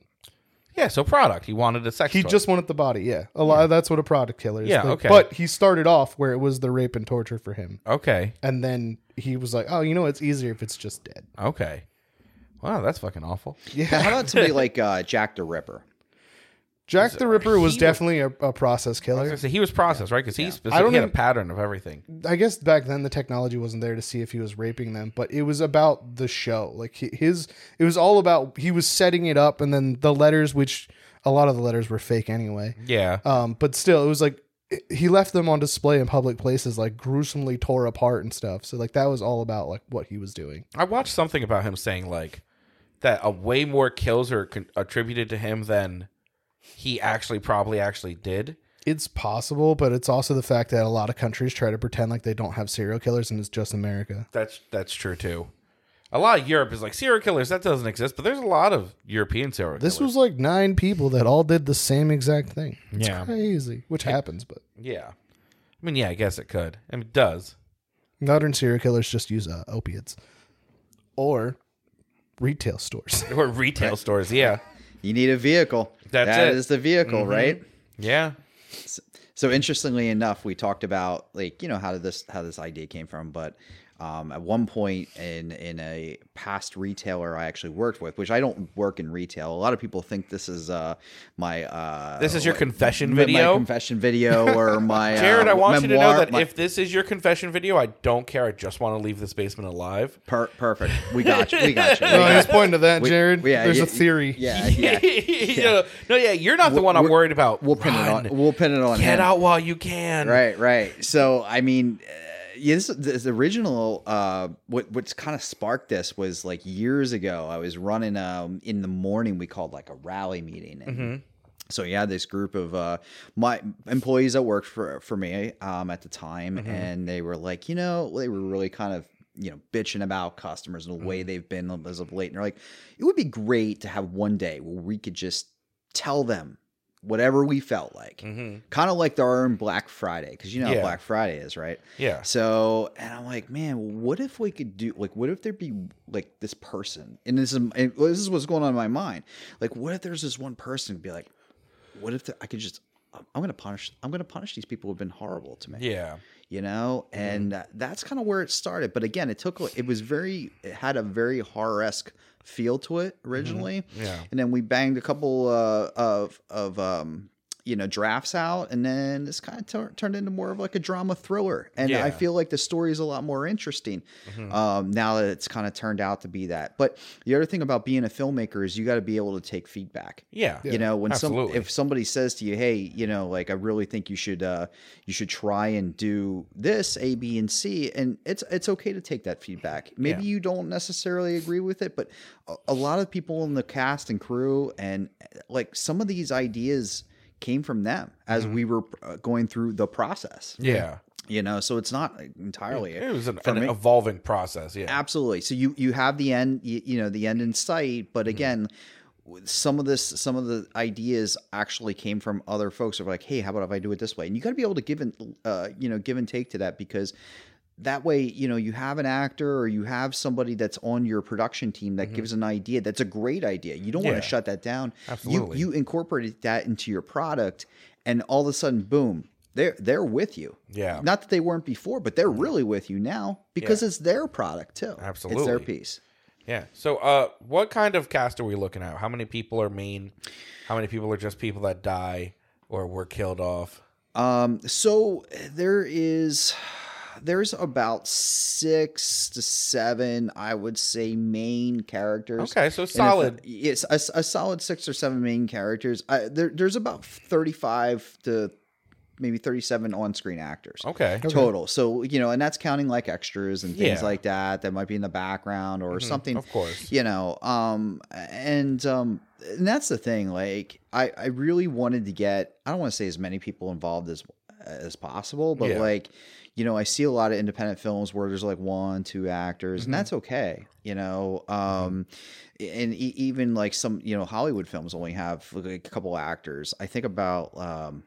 [SPEAKER 1] yeah. So product. He wanted a sex.
[SPEAKER 2] He
[SPEAKER 1] toy.
[SPEAKER 2] just wanted the body. Yeah, a lot. That's what a product killer is.
[SPEAKER 1] Yeah,
[SPEAKER 2] Like,
[SPEAKER 1] okay.
[SPEAKER 2] But he started off where it was the rape and torture for him,
[SPEAKER 1] okay.
[SPEAKER 2] and then he was like, "Oh, you know, it's easier if it's just dead."
[SPEAKER 1] Okay. Wow, that's fucking awful.
[SPEAKER 3] How about somebody like uh, Jack the Ripper?
[SPEAKER 2] Jack the Ripper was
[SPEAKER 1] he-
[SPEAKER 2] definitely a, a process
[SPEAKER 1] I was
[SPEAKER 2] killer.
[SPEAKER 1] gonna say, he was processed, right? Because he, specific-
[SPEAKER 2] I don't
[SPEAKER 1] he had a
[SPEAKER 2] even-
[SPEAKER 1] pattern of everything.
[SPEAKER 2] I guess back then the technology wasn't there to see if he was raping them, but it was about the show. Like hi- his, it was all about he was setting it up, and then the letters, which a lot of the letters were fake anyway.
[SPEAKER 1] Yeah.
[SPEAKER 2] Um, but still, it was like he left them on display in public places, like gruesomely tore apart and stuff. So like that was all about like what he was doing.
[SPEAKER 1] I watched something about him saying like that a way more kills are con- attributed to him than he actually probably actually did.
[SPEAKER 2] It's possible, but it's also the fact that a lot of countries try to pretend like they don't have serial killers and it's just America.
[SPEAKER 1] That's that's true too. A lot of Europe is like serial killers that doesn't exist, but there's a lot of European serial
[SPEAKER 2] This
[SPEAKER 1] killers.
[SPEAKER 2] was like nine people that all did the same exact thing. It's
[SPEAKER 1] Yeah.
[SPEAKER 2] crazy, which happens, but
[SPEAKER 1] yeah. I mean, yeah, I guess it could. I mean, it does.
[SPEAKER 2] modern serial killers just use uh, opiates or retail stores.
[SPEAKER 1] Or retail stores, yeah.
[SPEAKER 3] You need a vehicle.
[SPEAKER 1] That's
[SPEAKER 3] That
[SPEAKER 1] it. Mm-hmm.
[SPEAKER 3] is the vehicle, right?
[SPEAKER 1] Yeah.
[SPEAKER 3] So interestingly enough, we talked about like you know how did this how this idea came from, but um, at one point in in a past retailer I actually worked with, which I don't work in retail. A lot of people think this is uh, my uh,
[SPEAKER 1] This is your
[SPEAKER 3] like,
[SPEAKER 1] confession
[SPEAKER 3] my
[SPEAKER 1] video?
[SPEAKER 3] confession video, or my
[SPEAKER 1] Jared,
[SPEAKER 3] uh,
[SPEAKER 1] I want you to know
[SPEAKER 3] memoir,
[SPEAKER 1] that
[SPEAKER 3] my-
[SPEAKER 1] if this is your confession video, I don't care. I just want to leave this basement alive.
[SPEAKER 3] per- perfect, we got you, we got you. We
[SPEAKER 2] No,
[SPEAKER 3] got
[SPEAKER 2] he's
[SPEAKER 3] you.
[SPEAKER 2] pointing to that, Jared.
[SPEAKER 3] We- yeah,
[SPEAKER 2] There's
[SPEAKER 3] yeah,
[SPEAKER 2] a theory.
[SPEAKER 3] Yeah, yeah.
[SPEAKER 1] yeah. No, yeah, you're not the one I'm
[SPEAKER 3] we're-
[SPEAKER 1] worried about.
[SPEAKER 3] We'll pin
[SPEAKER 1] Run.
[SPEAKER 3] it on. We'll pin it on.
[SPEAKER 1] Get
[SPEAKER 3] him.
[SPEAKER 1] out while you can.
[SPEAKER 3] Right, right. So I mean, uh, yeah, this, this original uh, what what's kind of sparked this was like years ago. I was running um, in the morning. We called like a rally meeting. And
[SPEAKER 1] Mm-hmm.
[SPEAKER 3] So yeah, this group of uh, my employees that worked for for me um, at the time,
[SPEAKER 1] Mm-hmm.
[SPEAKER 3] and they were like, you know, they were really kind of you know bitching about customers and the
[SPEAKER 1] Mm-hmm.
[SPEAKER 3] way they've been as of late, and they're like, it would be great to have one day where we could just tell them whatever we felt like
[SPEAKER 1] Mm-hmm.
[SPEAKER 3] kind of like our own Black Friday, because you know
[SPEAKER 1] Yeah.
[SPEAKER 3] how Black Friday is, right?
[SPEAKER 1] Yeah.
[SPEAKER 3] So, and I'm like, man, what if we could do like, what if there be like this person, and this is and this is what's going on in my mind, like, what if there's this one person be like, what if the, I could just, I'm gonna punish, I'm gonna punish these people who've been horrible to me,
[SPEAKER 1] Yeah. Mm-hmm.
[SPEAKER 3] you know, and that- that's kind of where it started. But again, it took, it was very, it had a very horror esque feel to it
[SPEAKER 1] Mm-hmm.
[SPEAKER 3] originally,
[SPEAKER 1] Yeah.
[SPEAKER 3] and then we banged a couple uh, of of um, you know drafts out, and then this kind of tur- turned into more of like a drama thriller. And
[SPEAKER 1] Yeah. Mm-hmm.
[SPEAKER 3] I feel like the story is a lot more interesting um, now that it's kind of turned out to be that. But the other thing about being a filmmaker is you got to be able to take feedback.
[SPEAKER 1] Yeah.
[SPEAKER 3] You know, when
[SPEAKER 1] Absolutely.
[SPEAKER 3] some if somebody says to you, "Hey, you know, like I really think you should uh you should try and do this A, B, and C," and it's it's okay to take that feedback. Maybe
[SPEAKER 1] Yeah.
[SPEAKER 3] you don't necessarily agree with it, but a, a lot of people in the cast and crew and uh, like some of these ideas came from them as
[SPEAKER 1] Mm-hmm.
[SPEAKER 3] we were uh, going through the process.
[SPEAKER 1] Yeah.
[SPEAKER 3] You know, so it's not entirely
[SPEAKER 1] It was an,
[SPEAKER 3] for
[SPEAKER 1] an
[SPEAKER 3] me-
[SPEAKER 1] evolving process. Yeah.
[SPEAKER 3] absolutely so you you have the end you, you know the end in sight but
[SPEAKER 1] Mm-hmm.
[SPEAKER 3] again with some of this some of the ideas actually came from other folks who were like hey how about if i do it this way and you got to be able to give and uh, you know give and take to that because that way you know you have an actor or you have somebody that's on your production team that gives an idea that's a great idea you don't
[SPEAKER 1] Mm-hmm. Yeah.
[SPEAKER 3] want to shut that down
[SPEAKER 1] Absolutely.
[SPEAKER 3] you you incorporated that into your product and all of a sudden boom they're they're with you
[SPEAKER 1] Yeah. Mm-hmm.
[SPEAKER 3] not that they weren't before, but they're really with you now because it's their product too. It's
[SPEAKER 1] Absolutely.
[SPEAKER 3] their piece.
[SPEAKER 1] Yeah. So, uh, what kind of cast are we looking at? How many people are mean? How many people are just people that die or were killed off?
[SPEAKER 3] Um, so there is there's about six to seven, I would say, main characters.
[SPEAKER 1] Okay, so
[SPEAKER 3] And if-
[SPEAKER 1] solid.
[SPEAKER 3] Yes, a, a solid six or seven main characters. I, there, there's about thirty-five to maybe thirty-seven on-screen actors.
[SPEAKER 1] Oh, Okay.
[SPEAKER 3] Total. So, you know, and that's counting like extras and things
[SPEAKER 1] Yeah. Mm-hmm.
[SPEAKER 3] like that that might be in the background or something.
[SPEAKER 1] Of course.
[SPEAKER 3] you know um and um and that's the thing like i i really wanted to get i don't want to say as many people involved as as possible but
[SPEAKER 1] Yeah.
[SPEAKER 3] like you know i see a lot of independent films where there's like one two actors
[SPEAKER 1] Mm-hmm.
[SPEAKER 3] and that's okay you know um and e- even like some you know hollywood films only have like a couple actors i think about um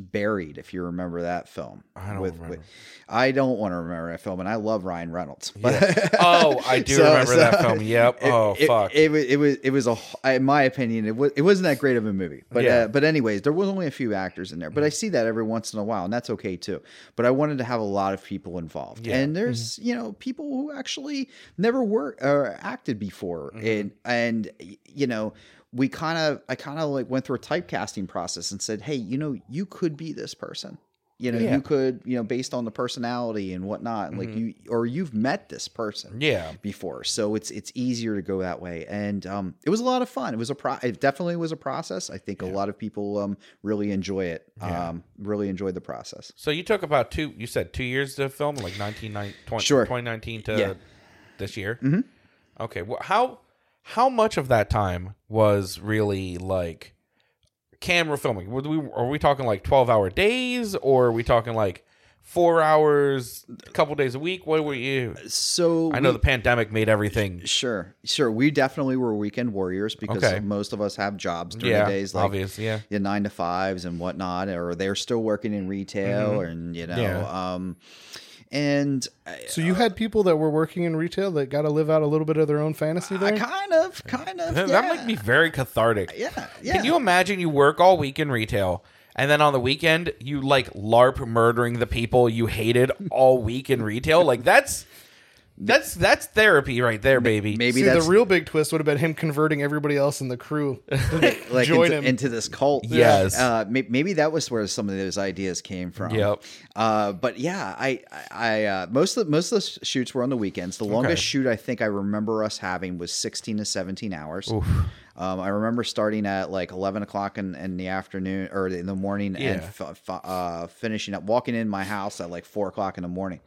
[SPEAKER 3] buried if you remember that film
[SPEAKER 1] I don't remember.
[SPEAKER 3] i don't want to remember that film and i love ryan reynolds but
[SPEAKER 1] Oh, I do
[SPEAKER 3] So-
[SPEAKER 1] remember that
[SPEAKER 3] so-
[SPEAKER 1] film. Yep.
[SPEAKER 3] it-
[SPEAKER 1] oh,
[SPEAKER 3] it,
[SPEAKER 1] fuck.
[SPEAKER 3] It, was it was it was a h- in my opinion it was it wasn't that great of a movie. But
[SPEAKER 1] Yeah.
[SPEAKER 3] uh, but anyways, there was only a few actors in there. But I see that every once in a while, and that's okay too. But I wanted to have a lot of people involved,
[SPEAKER 1] Yeah. Mm-hmm.
[SPEAKER 3] and there's you know people who actually never were or acted before,
[SPEAKER 1] Mm-hmm.
[SPEAKER 3] and and y- you know. We kind of, I kind of like went through a typecasting process and said, "Hey, you know, you could be this person." You know,
[SPEAKER 1] Yeah. Mm-hmm.
[SPEAKER 3] you could, you know, based on the personality and whatnot, like you or you've met this person
[SPEAKER 1] Yeah.
[SPEAKER 3] before, so it's it's easier to go that way. And um, it was a lot of fun. It was a pro. It definitely was a process. I think a lot of people um really enjoy it.
[SPEAKER 1] Yeah.
[SPEAKER 3] Um, really enjoy the process.
[SPEAKER 1] So you took about two. You said two years to film, like 19, 20,
[SPEAKER 3] Sure.
[SPEAKER 1] 2019 to
[SPEAKER 3] Yeah.
[SPEAKER 1] this year. Mm-hmm. Okay. Well, how how much of that time was really like camera filming? Were we are we talking like twelve hour days, or are we talking like four hours, a couple days a week? What were you?
[SPEAKER 3] So
[SPEAKER 1] I know
[SPEAKER 3] we-
[SPEAKER 1] the pandemic made everything.
[SPEAKER 3] Sure, sure. We definitely were weekend warriors because
[SPEAKER 1] Okay.
[SPEAKER 3] most of us have jobs during
[SPEAKER 1] Yeah,
[SPEAKER 3] the days, like
[SPEAKER 1] obvious. Yeah.
[SPEAKER 3] your nine to fives and whatnot, or they're still working in retail, and you know,
[SPEAKER 1] Mm-hmm. Yeah.
[SPEAKER 3] um, and uh, I-
[SPEAKER 2] So you had people that were working in retail that got to live out a little bit of their own fantasy
[SPEAKER 3] I
[SPEAKER 2] there.
[SPEAKER 3] kind of, kind of,
[SPEAKER 1] That
[SPEAKER 3] yeah.
[SPEAKER 1] might be very cathartic.
[SPEAKER 3] yeah, yeah.
[SPEAKER 1] Can you imagine you work all week in retail and then on the weekend you like LARP murdering the people you hated all week in retail? Like that's that's that's therapy right there, baby.
[SPEAKER 3] Maybe
[SPEAKER 2] See, the
[SPEAKER 3] that's
[SPEAKER 2] real big twist would have been him converting everybody else in the crew.
[SPEAKER 3] like
[SPEAKER 2] join
[SPEAKER 3] into,
[SPEAKER 2] him.
[SPEAKER 3] into this cult.
[SPEAKER 1] Yes.
[SPEAKER 3] Uh, may- maybe that was where some of those ideas came from.
[SPEAKER 1] Yep.
[SPEAKER 3] Uh, but yeah, I, I, I uh, most of the, most of the sh- shoots were on the weekends. The longest shoot I think I remember us having was 16 to 17 hours. Um, I remember starting at like 11 o'clock in, in the afternoon or in the morning and
[SPEAKER 1] Yeah.
[SPEAKER 3] f- f- uh, finishing up, walking in my house at like four o'clock in the morning.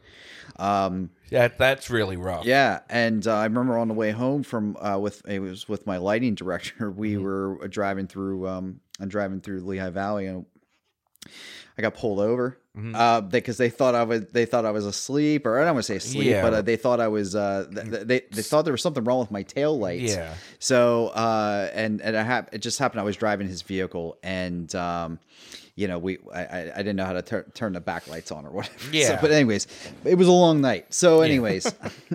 [SPEAKER 3] Um,
[SPEAKER 1] That that's really rough.
[SPEAKER 3] yeah, and uh, I remember on the way home from uh, with it was with my lighting director. We
[SPEAKER 1] Mm-hmm.
[SPEAKER 3] were uh, driving through um and driving through Lehigh Valley, and I got pulled over
[SPEAKER 1] Mm-hmm.
[SPEAKER 3] uh, because they thought I was they thought I was asleep, or I don't want to say asleep,
[SPEAKER 1] Yeah. Mm.
[SPEAKER 3] but uh, they thought I was uh, th- th- they they thought there was something wrong with my tail lights.
[SPEAKER 1] Yeah.
[SPEAKER 3] So uh, and and I hap- it just happened. I was driving his vehicle, and um, you know we I, I, I didn't know how to tur- turn the backlights on or whatever. So-
[SPEAKER 1] Yeah.
[SPEAKER 3] but anyways, it was a long night. So anyways.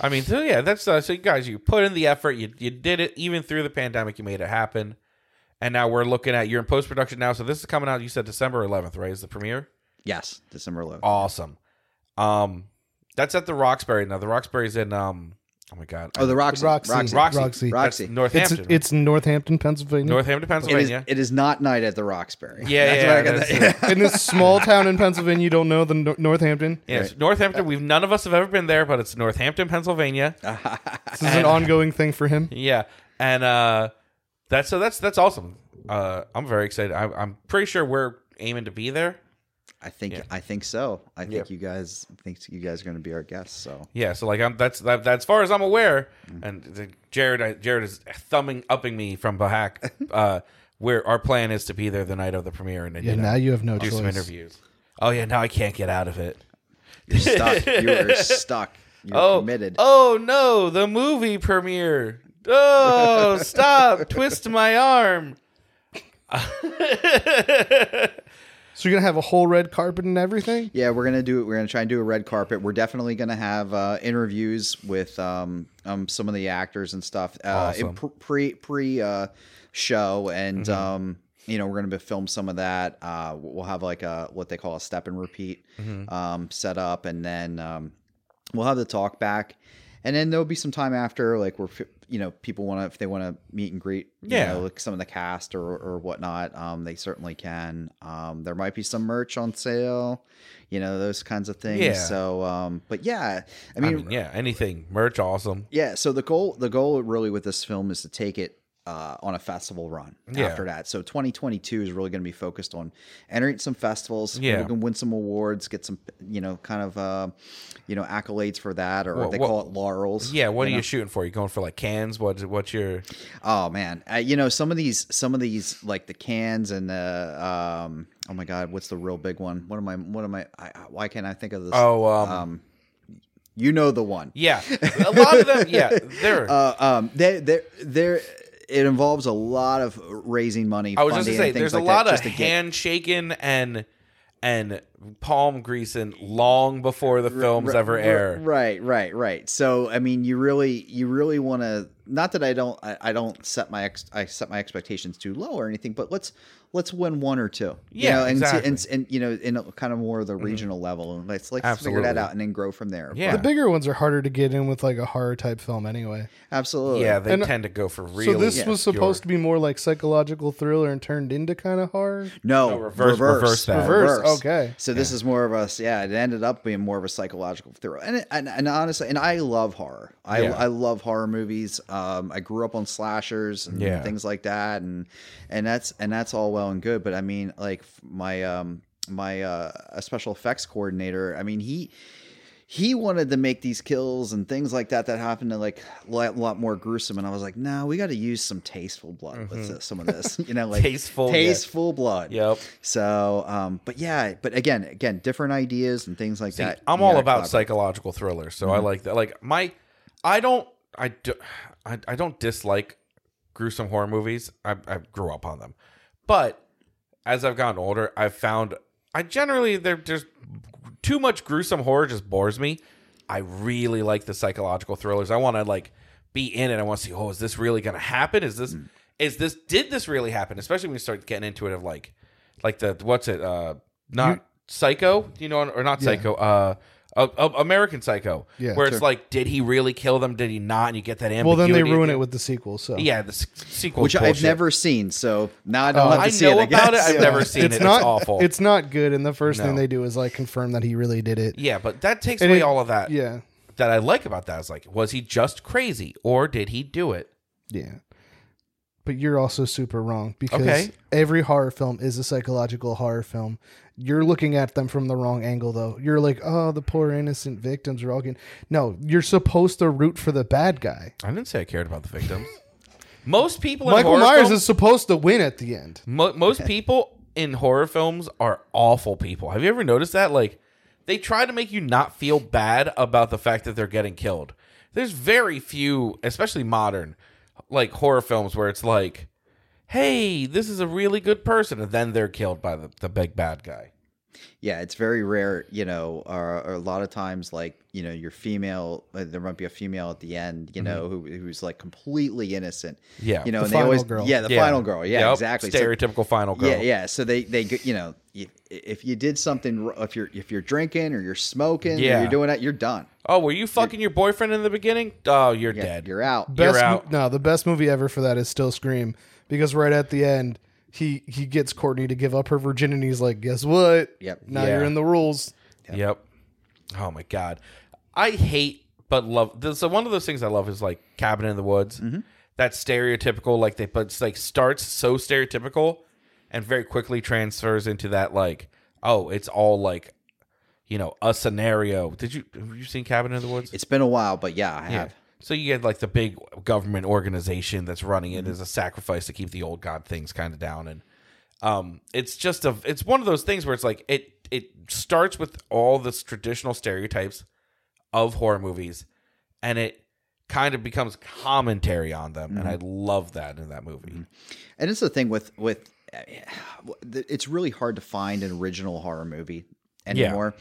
[SPEAKER 1] I mean, so yeah, that's uh, so you guys you put in the effort, you you did it even through the pandemic, you made it happen. And now we're looking at you're in post production now, so this is coming out you said December 11th, right? Is the premiere?
[SPEAKER 3] Yes, December 11th. Oh,
[SPEAKER 1] Awesome. Um that's at the Roxbury now. The Roxbury's in um oh my god.
[SPEAKER 3] the Roxy.
[SPEAKER 2] Roxy.
[SPEAKER 3] Roxy.
[SPEAKER 1] Roxy.
[SPEAKER 2] Roxy.
[SPEAKER 1] That's
[SPEAKER 3] Roxy.
[SPEAKER 2] It's
[SPEAKER 1] Northampton.
[SPEAKER 2] it's Northampton, Pennsylvania.
[SPEAKER 1] Northampton,
[SPEAKER 3] It is,
[SPEAKER 1] Pennsylvania.
[SPEAKER 3] it is not night at the Roxbury.
[SPEAKER 1] Yeah,
[SPEAKER 3] That's
[SPEAKER 1] yeah,
[SPEAKER 3] where I got
[SPEAKER 1] that's
[SPEAKER 3] that- yeah.
[SPEAKER 2] in this small town in Pennsylvania, you don't know the Nor- Northampton.
[SPEAKER 1] Yes, Northampton. We've none of us have ever been there, but it's Northampton, Pennsylvania.
[SPEAKER 3] Ah.
[SPEAKER 2] This is an ongoing thing for him.
[SPEAKER 1] Yeah, and uh, that's so that's that's awesome. Uh, I'm very excited. I, I'm pretty sure we're aiming to be there.
[SPEAKER 3] I think
[SPEAKER 1] Yeah.
[SPEAKER 3] I think so. I think
[SPEAKER 1] Yep.
[SPEAKER 3] you guys I think you guys are going to be our guests. So
[SPEAKER 1] Yeah, so like I'm that's that, that as far as I'm aware,
[SPEAKER 3] Mm.
[SPEAKER 1] and the, Jared I, Jared is thumbing upping me from back. Uh, where our plan is to be there the night of the premiere and then,
[SPEAKER 2] Yeah,
[SPEAKER 1] you know,
[SPEAKER 2] now you have no
[SPEAKER 1] do
[SPEAKER 2] choice.
[SPEAKER 1] some interviews. Oh yeah, now I can't get out of it.
[SPEAKER 3] you're stuck. you are stuck. You're
[SPEAKER 1] oh,
[SPEAKER 3] committed.
[SPEAKER 1] Oh no, the movie premiere. Oh, stop! Twist my arm.
[SPEAKER 2] So you're gonna have a whole red carpet and everything.
[SPEAKER 3] Yeah, we're gonna do it. We're gonna try and do a red carpet. We're definitely gonna have uh, interviews with um, um, some of the actors and stuff. Uh,
[SPEAKER 1] Awesome.
[SPEAKER 3] in pr- pre pre uh, show, and um, you know we're gonna be- film some of that. Uh, we'll have like a what they call a step and repeat
[SPEAKER 1] Mm-hmm.
[SPEAKER 3] um, set up, and then um, we'll have the talk back. And then there'll be some time after, like we're, you know, people want to if they want to meet and greet, you
[SPEAKER 1] Yeah.
[SPEAKER 3] know, like some of the cast or or whatnot, um, they certainly can. Um, there might be some merch on sale, you know, those kinds of things.
[SPEAKER 1] Yeah.
[SPEAKER 3] So, um, but yeah, I
[SPEAKER 1] I
[SPEAKER 3] mean,
[SPEAKER 1] mean, yeah, anything. Merch, awesome.
[SPEAKER 3] yeah. So the goal, the goal really with this film is to take it. Uh, on a festival run
[SPEAKER 1] Yeah.
[SPEAKER 3] after that. So 2022 is really going to be focused on entering some festivals.
[SPEAKER 1] Yeah.
[SPEAKER 3] We can win some awards, get some, you know, kind of, uh, you know, accolades for that, or
[SPEAKER 1] What-
[SPEAKER 3] they
[SPEAKER 1] what-
[SPEAKER 3] call it laurels.
[SPEAKER 1] Yeah, what are
[SPEAKER 3] know?
[SPEAKER 1] you shooting for? You going for like cans? What? What's your?
[SPEAKER 3] Oh man, uh, you know some of these, some of these like the cans and the um. Oh my God, what's the real big one? What am I? What am I? I I- why can't I think of this?
[SPEAKER 1] Oh, um,
[SPEAKER 3] you know the one.
[SPEAKER 1] yeah, a lot of them. Yeah, they're.
[SPEAKER 3] Uh, um, they they they it involves a lot of raising money.
[SPEAKER 1] I was just
[SPEAKER 3] funding,
[SPEAKER 1] gonna say,
[SPEAKER 3] and things
[SPEAKER 1] there's
[SPEAKER 3] like
[SPEAKER 1] a lot
[SPEAKER 3] that,
[SPEAKER 1] of
[SPEAKER 3] just to get-
[SPEAKER 1] handshaken and and palm greasing long before the films ever
[SPEAKER 3] Ri-
[SPEAKER 1] air.
[SPEAKER 3] Right, right, right. So I mean, you really, you really want to not that I don't I, I don't set my ex, I set my expectations too low or anything, but let's let's win one or two. you
[SPEAKER 1] Yeah,
[SPEAKER 3] know, and,
[SPEAKER 1] exactly. Mm-hmm.
[SPEAKER 3] and and you know, in a, kind of more of the regional level, and let's let's figure that
[SPEAKER 1] Absolutely.
[SPEAKER 3] out and then grow from there.
[SPEAKER 1] Yeah.
[SPEAKER 2] The bigger ones are harder to get in with like a horror type film anyway.
[SPEAKER 3] absolutely.
[SPEAKER 1] yeah, they
[SPEAKER 2] And-
[SPEAKER 1] tend to go for really.
[SPEAKER 2] so this was
[SPEAKER 1] obscure-
[SPEAKER 2] supposed to be more like psychological thriller and turned into kind of horror.
[SPEAKER 3] No,
[SPEAKER 1] No,
[SPEAKER 3] reverse,
[SPEAKER 1] reverse-
[SPEAKER 3] reverse,
[SPEAKER 1] reverse that.
[SPEAKER 2] Reverse, okay.
[SPEAKER 3] So this is more of us. Yeah, it ended up being more of a psychological thriller, and it- and, and honestly, and I love horror. I
[SPEAKER 1] Yeah.
[SPEAKER 3] I love horror movies. Um, I grew up on slashers and
[SPEAKER 1] Yeah.
[SPEAKER 3] things like that, and and that's and that's all well and good. But I mean, like f- my um my uh a special effects coordinator. I mean he. He wanted to make these kills and things like that that happened to like a lot, lot more gruesome, and I was like, "No, we got to use some tasteful blood
[SPEAKER 2] Mm-hmm.
[SPEAKER 3] with this, some of this, you know, like
[SPEAKER 1] Tasteful, yeah.
[SPEAKER 3] tasteful blood."
[SPEAKER 1] Yep.
[SPEAKER 3] So, um, but yeah, but again, again, different ideas and things like
[SPEAKER 1] See,
[SPEAKER 3] that.
[SPEAKER 1] I'm
[SPEAKER 3] you
[SPEAKER 1] all
[SPEAKER 3] gotta
[SPEAKER 1] about
[SPEAKER 3] collaborate.
[SPEAKER 1] psychological thrillers, so
[SPEAKER 3] Mm-hmm.
[SPEAKER 1] I like that. Like my, I don't, I do, I, I don't dislike gruesome horror movies. I, I grew up on them, but as I've gotten older, I've found I generally there just too much gruesome horror just bores me. I really like the psychological thrillers. I want to like be in it. I want to see. Oh, is this really going to happen? Is this
[SPEAKER 2] Mm.
[SPEAKER 1] is this did this really happen? Especially when you start getting into it of like like the what's it uh not Psycho you know or not Psycho uh. uh, uh, American Psycho,
[SPEAKER 2] Yeah,
[SPEAKER 1] where it's like, did he really kill them? Did he not? And you get that ambiguity.
[SPEAKER 2] Well, then they ruin it with the sequel. So
[SPEAKER 1] yeah, the s- sequel,
[SPEAKER 3] which I've
[SPEAKER 1] bullshit. Oh,
[SPEAKER 3] never seen. So now I don't have to
[SPEAKER 1] I
[SPEAKER 3] see
[SPEAKER 1] know
[SPEAKER 3] it.
[SPEAKER 1] about it.
[SPEAKER 3] guess.
[SPEAKER 1] I've
[SPEAKER 3] Yeah.
[SPEAKER 1] never seen it.
[SPEAKER 2] not
[SPEAKER 1] it's awful.
[SPEAKER 2] It's not good. And the first thing
[SPEAKER 1] No.
[SPEAKER 2] they do is like confirm that he really did it.
[SPEAKER 1] Yeah, but that takes
[SPEAKER 2] And
[SPEAKER 1] away
[SPEAKER 2] it-
[SPEAKER 1] all of that
[SPEAKER 2] Yeah.
[SPEAKER 1] that I like about that. Is like, was he just crazy or did he do it?
[SPEAKER 2] Yeah. But you're also super wrong because
[SPEAKER 1] Okay.
[SPEAKER 2] every horror film is a psychological horror film. You're looking at them from the wrong angle, though. You're like, oh, the poor innocent victims are all getting. No, you're supposed to root for the bad guy.
[SPEAKER 1] I didn't say I cared about the victims. most people in
[SPEAKER 2] Michael
[SPEAKER 1] horror
[SPEAKER 2] Myers
[SPEAKER 1] films,
[SPEAKER 2] is supposed to win at the end.
[SPEAKER 1] mo- most people in horror films are awful people. Have you ever noticed that? Like, they try to make you not feel bad about the fact that they're getting killed. There's very few, especially modern, like horror films where it's like, "Hey, this is a really good person," and then they're killed by the, the big bad guy.
[SPEAKER 3] Yeah, it's very rare. You know, or, or a lot of times, like you know, your female. uh, There might be a female at the end. You know, who who's like completely innocent.
[SPEAKER 1] Mm-hmm. Yeah.
[SPEAKER 3] you know,
[SPEAKER 2] The
[SPEAKER 3] and they
[SPEAKER 2] final
[SPEAKER 3] always
[SPEAKER 2] girl.
[SPEAKER 3] yeah, the
[SPEAKER 1] Yeah.
[SPEAKER 3] final girl. Yeah,
[SPEAKER 1] Yep.
[SPEAKER 3] exactly. So-
[SPEAKER 1] Stereotypical final girl.
[SPEAKER 3] Yeah, yeah. So they they go- you know if, if you did something r- if you're if you're drinking or you're smoking or
[SPEAKER 1] Yeah.
[SPEAKER 3] you're doing that you're done.
[SPEAKER 1] Oh, were you fucking your boyfriend in the beginning? Oh, you're
[SPEAKER 3] Yeah,
[SPEAKER 1] dead.
[SPEAKER 3] You're out.
[SPEAKER 1] You're
[SPEAKER 2] Best,
[SPEAKER 1] out.
[SPEAKER 2] No, the best movie ever for that is still Scream because right at the end, he he gets Courtney to give up her virginity. He's like, guess what?
[SPEAKER 3] Yep.
[SPEAKER 2] Now
[SPEAKER 1] Yeah.
[SPEAKER 2] you're in the rules.
[SPEAKER 1] Yep. Oh my god, I hate but love. This, so one of those things I love is like Cabin in the Woods.
[SPEAKER 3] Mm-hmm.
[SPEAKER 1] That stereotypical, like they but it's like starts so stereotypical, and very quickly transfers into that like oh it's all like, you know, a scenario. Did you have you seen Cabin in the Woods?
[SPEAKER 3] It's been a while, but yeah, I have.
[SPEAKER 1] So you get like the big government organization that's running
[SPEAKER 3] Mm-hmm.
[SPEAKER 1] it as a sacrifice to keep the old god things kind of down, and um, it's just a it's one of those things where it's like it it starts with all the traditional stereotypes of horror movies, and it kind of becomes commentary on them, and
[SPEAKER 3] Mm-hmm.
[SPEAKER 1] I love that in that movie.
[SPEAKER 3] And it's the thing with with uh, it's really hard to find an original horror movie
[SPEAKER 1] Yeah.
[SPEAKER 3] anymore.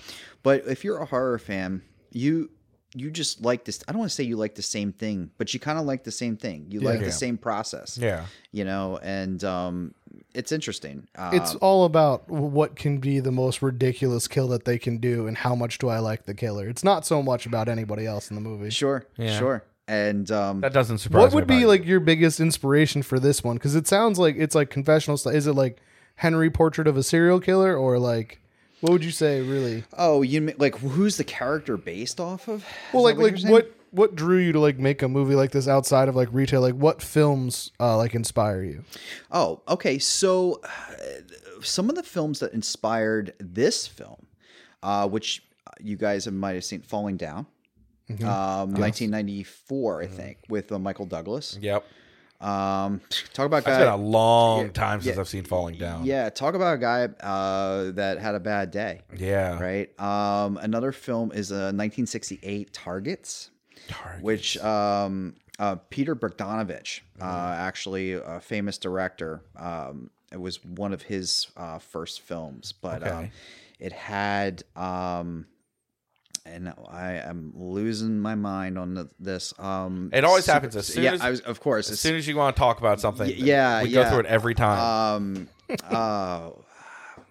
[SPEAKER 3] But if you're a horror fan, you you just like this. I don't want to say you like the same thing, but you kind of like the same thing. You like
[SPEAKER 2] Yeah.
[SPEAKER 3] the same process.
[SPEAKER 1] Yeah,
[SPEAKER 3] You know, and um, it's interesting. Um,
[SPEAKER 2] It's all about what can be the most ridiculous kill that they can do and how much do I like the killer. It's not so much about anybody else in the movie.
[SPEAKER 3] sure,
[SPEAKER 1] Yeah.
[SPEAKER 3] sure, and um,
[SPEAKER 1] that doesn't surprise.
[SPEAKER 2] What
[SPEAKER 1] me
[SPEAKER 2] would
[SPEAKER 1] about
[SPEAKER 2] be
[SPEAKER 1] it.
[SPEAKER 2] like your biggest inspiration for this one? Because it sounds like it's like confessional stuff. Is it like Henry Portrait of a Serial Killer or like what would you say really?
[SPEAKER 3] oh, you mean- like who's the character based off of? Is
[SPEAKER 2] Well, like
[SPEAKER 3] that you're
[SPEAKER 2] like
[SPEAKER 3] saying?
[SPEAKER 2] what what drew you to like make a movie like this outside of like retail? Like what films uh like inspire you?
[SPEAKER 3] Oh, okay. So, uh, some of the films that inspired this film, uh, which you guys have- might have seen, Falling Down, um, 1994, I think, with uh, Michael Douglas.
[SPEAKER 1] Yep,
[SPEAKER 3] Um, talk about
[SPEAKER 1] it's been a
[SPEAKER 3] guy.
[SPEAKER 1] long time since
[SPEAKER 3] yeah,
[SPEAKER 1] I've seen Falling Down.
[SPEAKER 3] Yeah, talk about a guy uh, that had a bad day.
[SPEAKER 1] yeah,
[SPEAKER 3] Right. Um, another film is uh, 1968 Targets,
[SPEAKER 1] Darn.
[SPEAKER 3] which um, uh, Peter Bogdanovich, uh,
[SPEAKER 1] Mm-hmm.
[SPEAKER 3] actually a famous director, um, it was one of his uh, first films, but um,
[SPEAKER 1] Okay.
[SPEAKER 3] it had um, and I am losing my mind on the, this. Um,
[SPEAKER 1] It always
[SPEAKER 3] super-
[SPEAKER 1] happens as soon
[SPEAKER 3] yeah,
[SPEAKER 1] as-
[SPEAKER 3] I was, of course.
[SPEAKER 1] As
[SPEAKER 3] As
[SPEAKER 1] soon as you want to talk about something,
[SPEAKER 3] Y- yeah,
[SPEAKER 1] we go
[SPEAKER 3] yeah.
[SPEAKER 1] through it every time.
[SPEAKER 3] um, uh,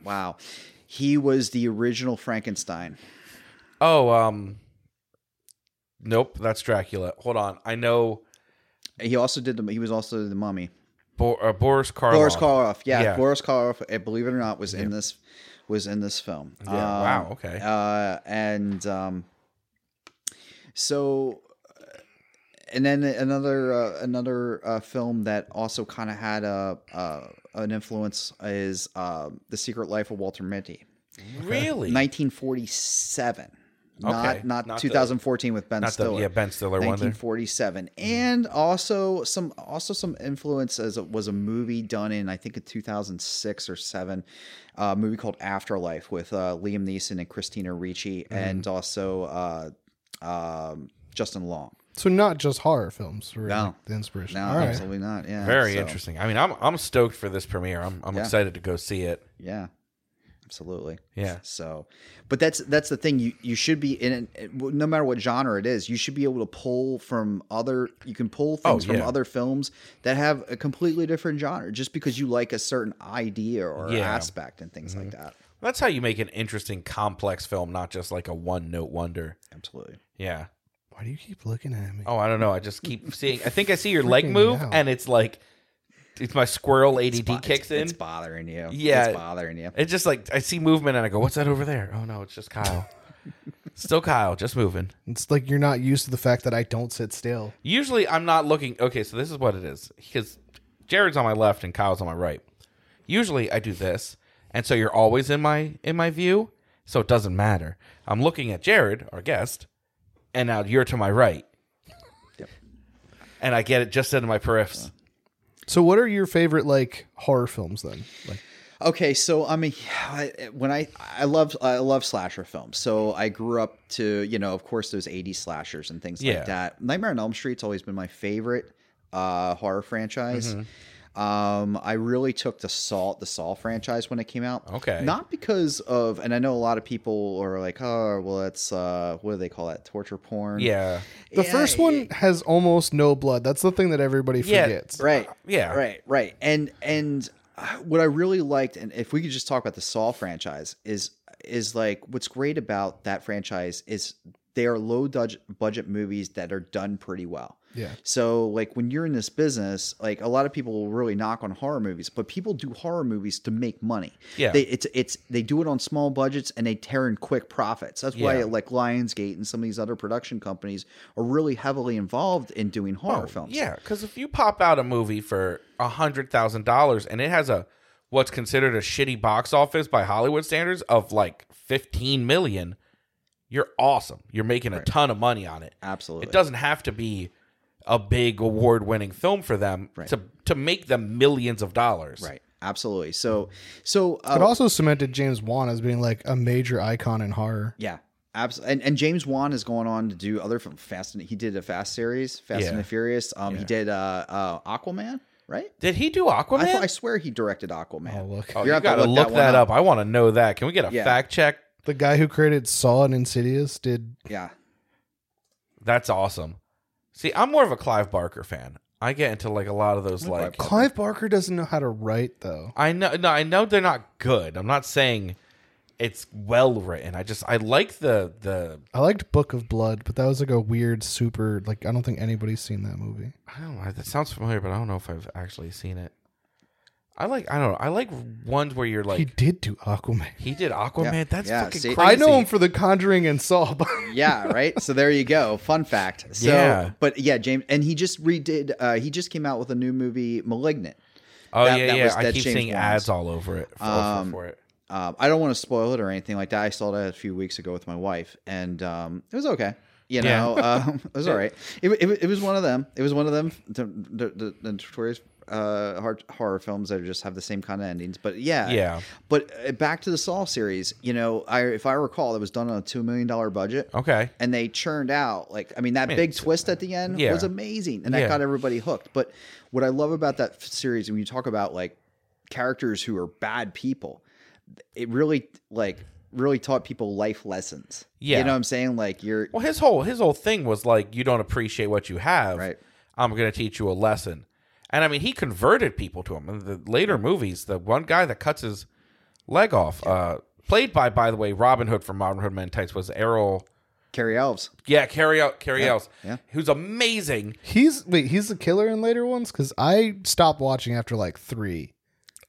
[SPEAKER 3] wow, he was the original Frankenstein.
[SPEAKER 1] oh, um, nope, that's Dracula. Hold on, I know
[SPEAKER 3] He also did the. He was also the mummy.
[SPEAKER 1] Bo- uh, Boris Karloff.
[SPEAKER 3] Boris Karloff, yeah,
[SPEAKER 1] Yeah.
[SPEAKER 3] Boris Karloff. uh, Believe it or not, was in this was in this film.
[SPEAKER 1] Yeah,
[SPEAKER 3] Um,
[SPEAKER 1] wow, okay.
[SPEAKER 3] Uh, and um, so, uh, and then another uh, another uh, film that also kind of had a uh, an influence is uh, the Secret Life of Walter Mitty,
[SPEAKER 1] Really?
[SPEAKER 3] 1947.
[SPEAKER 1] Okay,
[SPEAKER 3] Not, not
[SPEAKER 1] not the-
[SPEAKER 3] 2014 with Ben
[SPEAKER 1] Not
[SPEAKER 3] Stiller.
[SPEAKER 1] the yeah Ben Stiller one. There. Mm-hmm.
[SPEAKER 3] 1947 and also some also some influence as it was a movie done in i think in 2006 or 7 a movie called afterlife with uh, liam neeson and christina ricci
[SPEAKER 1] Mm-hmm.
[SPEAKER 3] and also uh, um, justin long
[SPEAKER 2] So not just horror films were
[SPEAKER 3] No.
[SPEAKER 2] like, the inspiration.
[SPEAKER 3] no
[SPEAKER 2] All right.
[SPEAKER 3] absolutely not yeah
[SPEAKER 1] Very
[SPEAKER 3] so,
[SPEAKER 1] interesting. I mean, I'm I'm stoked for this premiere. I'm I'm
[SPEAKER 3] Yeah.
[SPEAKER 1] excited to go see it.
[SPEAKER 3] yeah absolutely
[SPEAKER 1] Yeah.
[SPEAKER 3] so but that's that's the thing you you should be in it no matter what genre it is you should be able to pull from other you can pull things
[SPEAKER 1] Oh,
[SPEAKER 3] from
[SPEAKER 1] yeah.
[SPEAKER 3] other films that have a completely different genre just because you like a certain idea or
[SPEAKER 1] Yeah. Mm-hmm.
[SPEAKER 3] aspect and things like that
[SPEAKER 1] That's how you make an interesting, complex film, not just like a one note wonder.
[SPEAKER 3] absolutely
[SPEAKER 1] Yeah.
[SPEAKER 2] Why do you keep looking at me?
[SPEAKER 1] Oh, I don't know. I just keep seeing. I think I see your leg move,
[SPEAKER 2] hell.
[SPEAKER 1] and it's like it's my squirrel ADD
[SPEAKER 3] Bo- it's-
[SPEAKER 1] kicks in.
[SPEAKER 3] it's bothering you
[SPEAKER 1] Yeah.
[SPEAKER 3] it's bothering you
[SPEAKER 1] It's just like I see movement and I go, "What's that over there?" Oh no, it's just Kyle. Still Kyle, just moving.
[SPEAKER 2] It's like you're not used to the fact that I don't sit still.
[SPEAKER 1] Usually I'm not looking. Okay, so this is what it is. Cuz Jared's on my left and Kyle's on my right. Usually I do this, and so you're always in my in my view, so it doesn't matter. I'm looking at Jared, our guest, and now you're to my right. And I get it just into my periffs.
[SPEAKER 2] So what are your favorite like horror films then? Like
[SPEAKER 3] Okay, so I mean, I- when I I love I love slasher films. So I grew up to you know, of course, those '80s slashers and things
[SPEAKER 1] Yeah.
[SPEAKER 3] like that. Nightmare on Elm Street's always been my favorite uh, horror franchise.
[SPEAKER 1] Mm-hmm.
[SPEAKER 3] Um, I really took to Salt, the Saw franchise when it came out.
[SPEAKER 1] Okay.
[SPEAKER 3] not because of, and I know a lot of people are like, oh, well, that's uh, what do they call that? Torture porn.
[SPEAKER 1] Yeah.
[SPEAKER 2] the
[SPEAKER 3] Yeah,
[SPEAKER 2] first one has almost no blood. That's the thing that everybody
[SPEAKER 1] Yeah.
[SPEAKER 2] forgets.
[SPEAKER 3] Right.
[SPEAKER 1] Yeah.
[SPEAKER 3] Right. Right. And and uh, what I really liked, and if we could just talk about the Saw franchise, is is like what's great about that franchise is they are low budget budget movies that are done pretty well.
[SPEAKER 2] Yeah.
[SPEAKER 3] So like when you're in this business, like a lot of people will really knock on horror movies, but people do horror movies to make money.
[SPEAKER 1] Yeah.
[SPEAKER 3] They it's it's they do it on small budgets and they tear in quick profits. That's why
[SPEAKER 1] Yeah.
[SPEAKER 3] like Lionsgate and some of these other production companies are really heavily involved in doing horror films.
[SPEAKER 1] Oh, Yeah, because if you pop out a movie for a hundred thousand dollars and it has a what's considered a shitty box office by Hollywood standards of like fifteen million, you're awesome. You're making a ton of money on it.
[SPEAKER 3] Absolutely.
[SPEAKER 1] It doesn't have to be a big award winning film for them to to make them millions of dollars.
[SPEAKER 3] Right. Absolutely. So, so, uh,
[SPEAKER 2] It also cemented James Wan as being like a major icon in horror.
[SPEAKER 3] yeah, absolutely. And, and James Wan has gone on to do other from Fast and he did a Fast series, Fast
[SPEAKER 1] Yeah.
[SPEAKER 3] and the Furious. Um, he did, uh, uh, Aquaman, right?
[SPEAKER 1] Did he do Aquaman?
[SPEAKER 3] I, thought, I swear he directed Aquaman.
[SPEAKER 2] Oh look.
[SPEAKER 1] Oh,
[SPEAKER 3] You're
[SPEAKER 1] you
[SPEAKER 3] gonna have
[SPEAKER 1] gotta
[SPEAKER 3] to
[SPEAKER 1] look,
[SPEAKER 3] look that
[SPEAKER 1] that, up.
[SPEAKER 3] one
[SPEAKER 1] I want to know that. Can we get a
[SPEAKER 3] Yeah.
[SPEAKER 1] fact check?
[SPEAKER 2] The guy who created Saw and Insidious did
[SPEAKER 3] Yeah.
[SPEAKER 1] That's awesome. See, I'm more of a Clive Barker fan. I get into like a lot of those like
[SPEAKER 2] Clive Barker doesn't know how to write though.
[SPEAKER 1] I know no, I know they're not good. I'm not saying it's well written. I just I like the the
[SPEAKER 2] I liked Book of Blood, but that was like a weird super like I don't think anybody's seen that movie.
[SPEAKER 1] I don't know, that sounds familiar, but I don't know if I've actually seen it. I like I don't know. I like ones where you're like
[SPEAKER 2] he
[SPEAKER 1] he,
[SPEAKER 2] did do Aquaman.
[SPEAKER 1] did Aquaman.
[SPEAKER 3] Yeah,
[SPEAKER 1] That's
[SPEAKER 3] yeah,
[SPEAKER 1] fucking
[SPEAKER 3] see-
[SPEAKER 1] crazy.
[SPEAKER 2] I know him for The Conjuring and Saw, but
[SPEAKER 3] Yeah. Right. so there you go. Fun fact. So,
[SPEAKER 1] Yeah.
[SPEAKER 3] but yeah, James, and he just redid, uh, he just came out with a new movie, Malignant.
[SPEAKER 1] Oh
[SPEAKER 3] that-
[SPEAKER 1] yeah,
[SPEAKER 3] that
[SPEAKER 1] yeah.
[SPEAKER 3] was-
[SPEAKER 1] I
[SPEAKER 3] that
[SPEAKER 1] keep
[SPEAKER 3] James
[SPEAKER 1] seeing
[SPEAKER 3] Wan's.
[SPEAKER 1] ads all over it for, for-
[SPEAKER 3] Um,
[SPEAKER 1] for it.
[SPEAKER 3] Um, I don't want to spoil it or anything like that. I saw that a few weeks ago with my wife, and um, it was okay. You
[SPEAKER 1] Yeah.
[SPEAKER 3] know, um, it was all right. It, wa- it, wa- it was one of them. It was one of them. The, the, the, the notorious uh, hor- horror films that just have the same kind of endings. But yeah,
[SPEAKER 1] Yeah.
[SPEAKER 3] But uh, back to the Saw series. You know, I if I recall, it was done on a two million dollar budget.
[SPEAKER 1] Okay.
[SPEAKER 3] And they churned out like I mean that
[SPEAKER 1] mean,
[SPEAKER 3] big
[SPEAKER 1] it's-
[SPEAKER 3] twist at the end
[SPEAKER 1] Yeah.
[SPEAKER 3] was amazing, and that
[SPEAKER 1] Yeah.
[SPEAKER 3] got everybody hooked. But what I love about that f- series, when you talk about like characters who are bad people, it really like really taught people life lessons.
[SPEAKER 1] Yeah.
[SPEAKER 3] you know what I'm saying? Like you're
[SPEAKER 1] Well, his whole his whole thing was like, you don't appreciate what you have.
[SPEAKER 3] Right.
[SPEAKER 1] I'm going to teach you a lesson. And I mean, he converted people to him. In the later movies, the one guy that cuts his leg off, uh, played by, by the way, Robin Hood from Modern Hood Men in Tights, was Errol.
[SPEAKER 3] carry elves.
[SPEAKER 1] Yeah, Carrie out, Carrie Ells,
[SPEAKER 3] yeah.
[SPEAKER 1] who's amazing.
[SPEAKER 2] He's wait, he's the killer in later ones because I stopped watching after like three.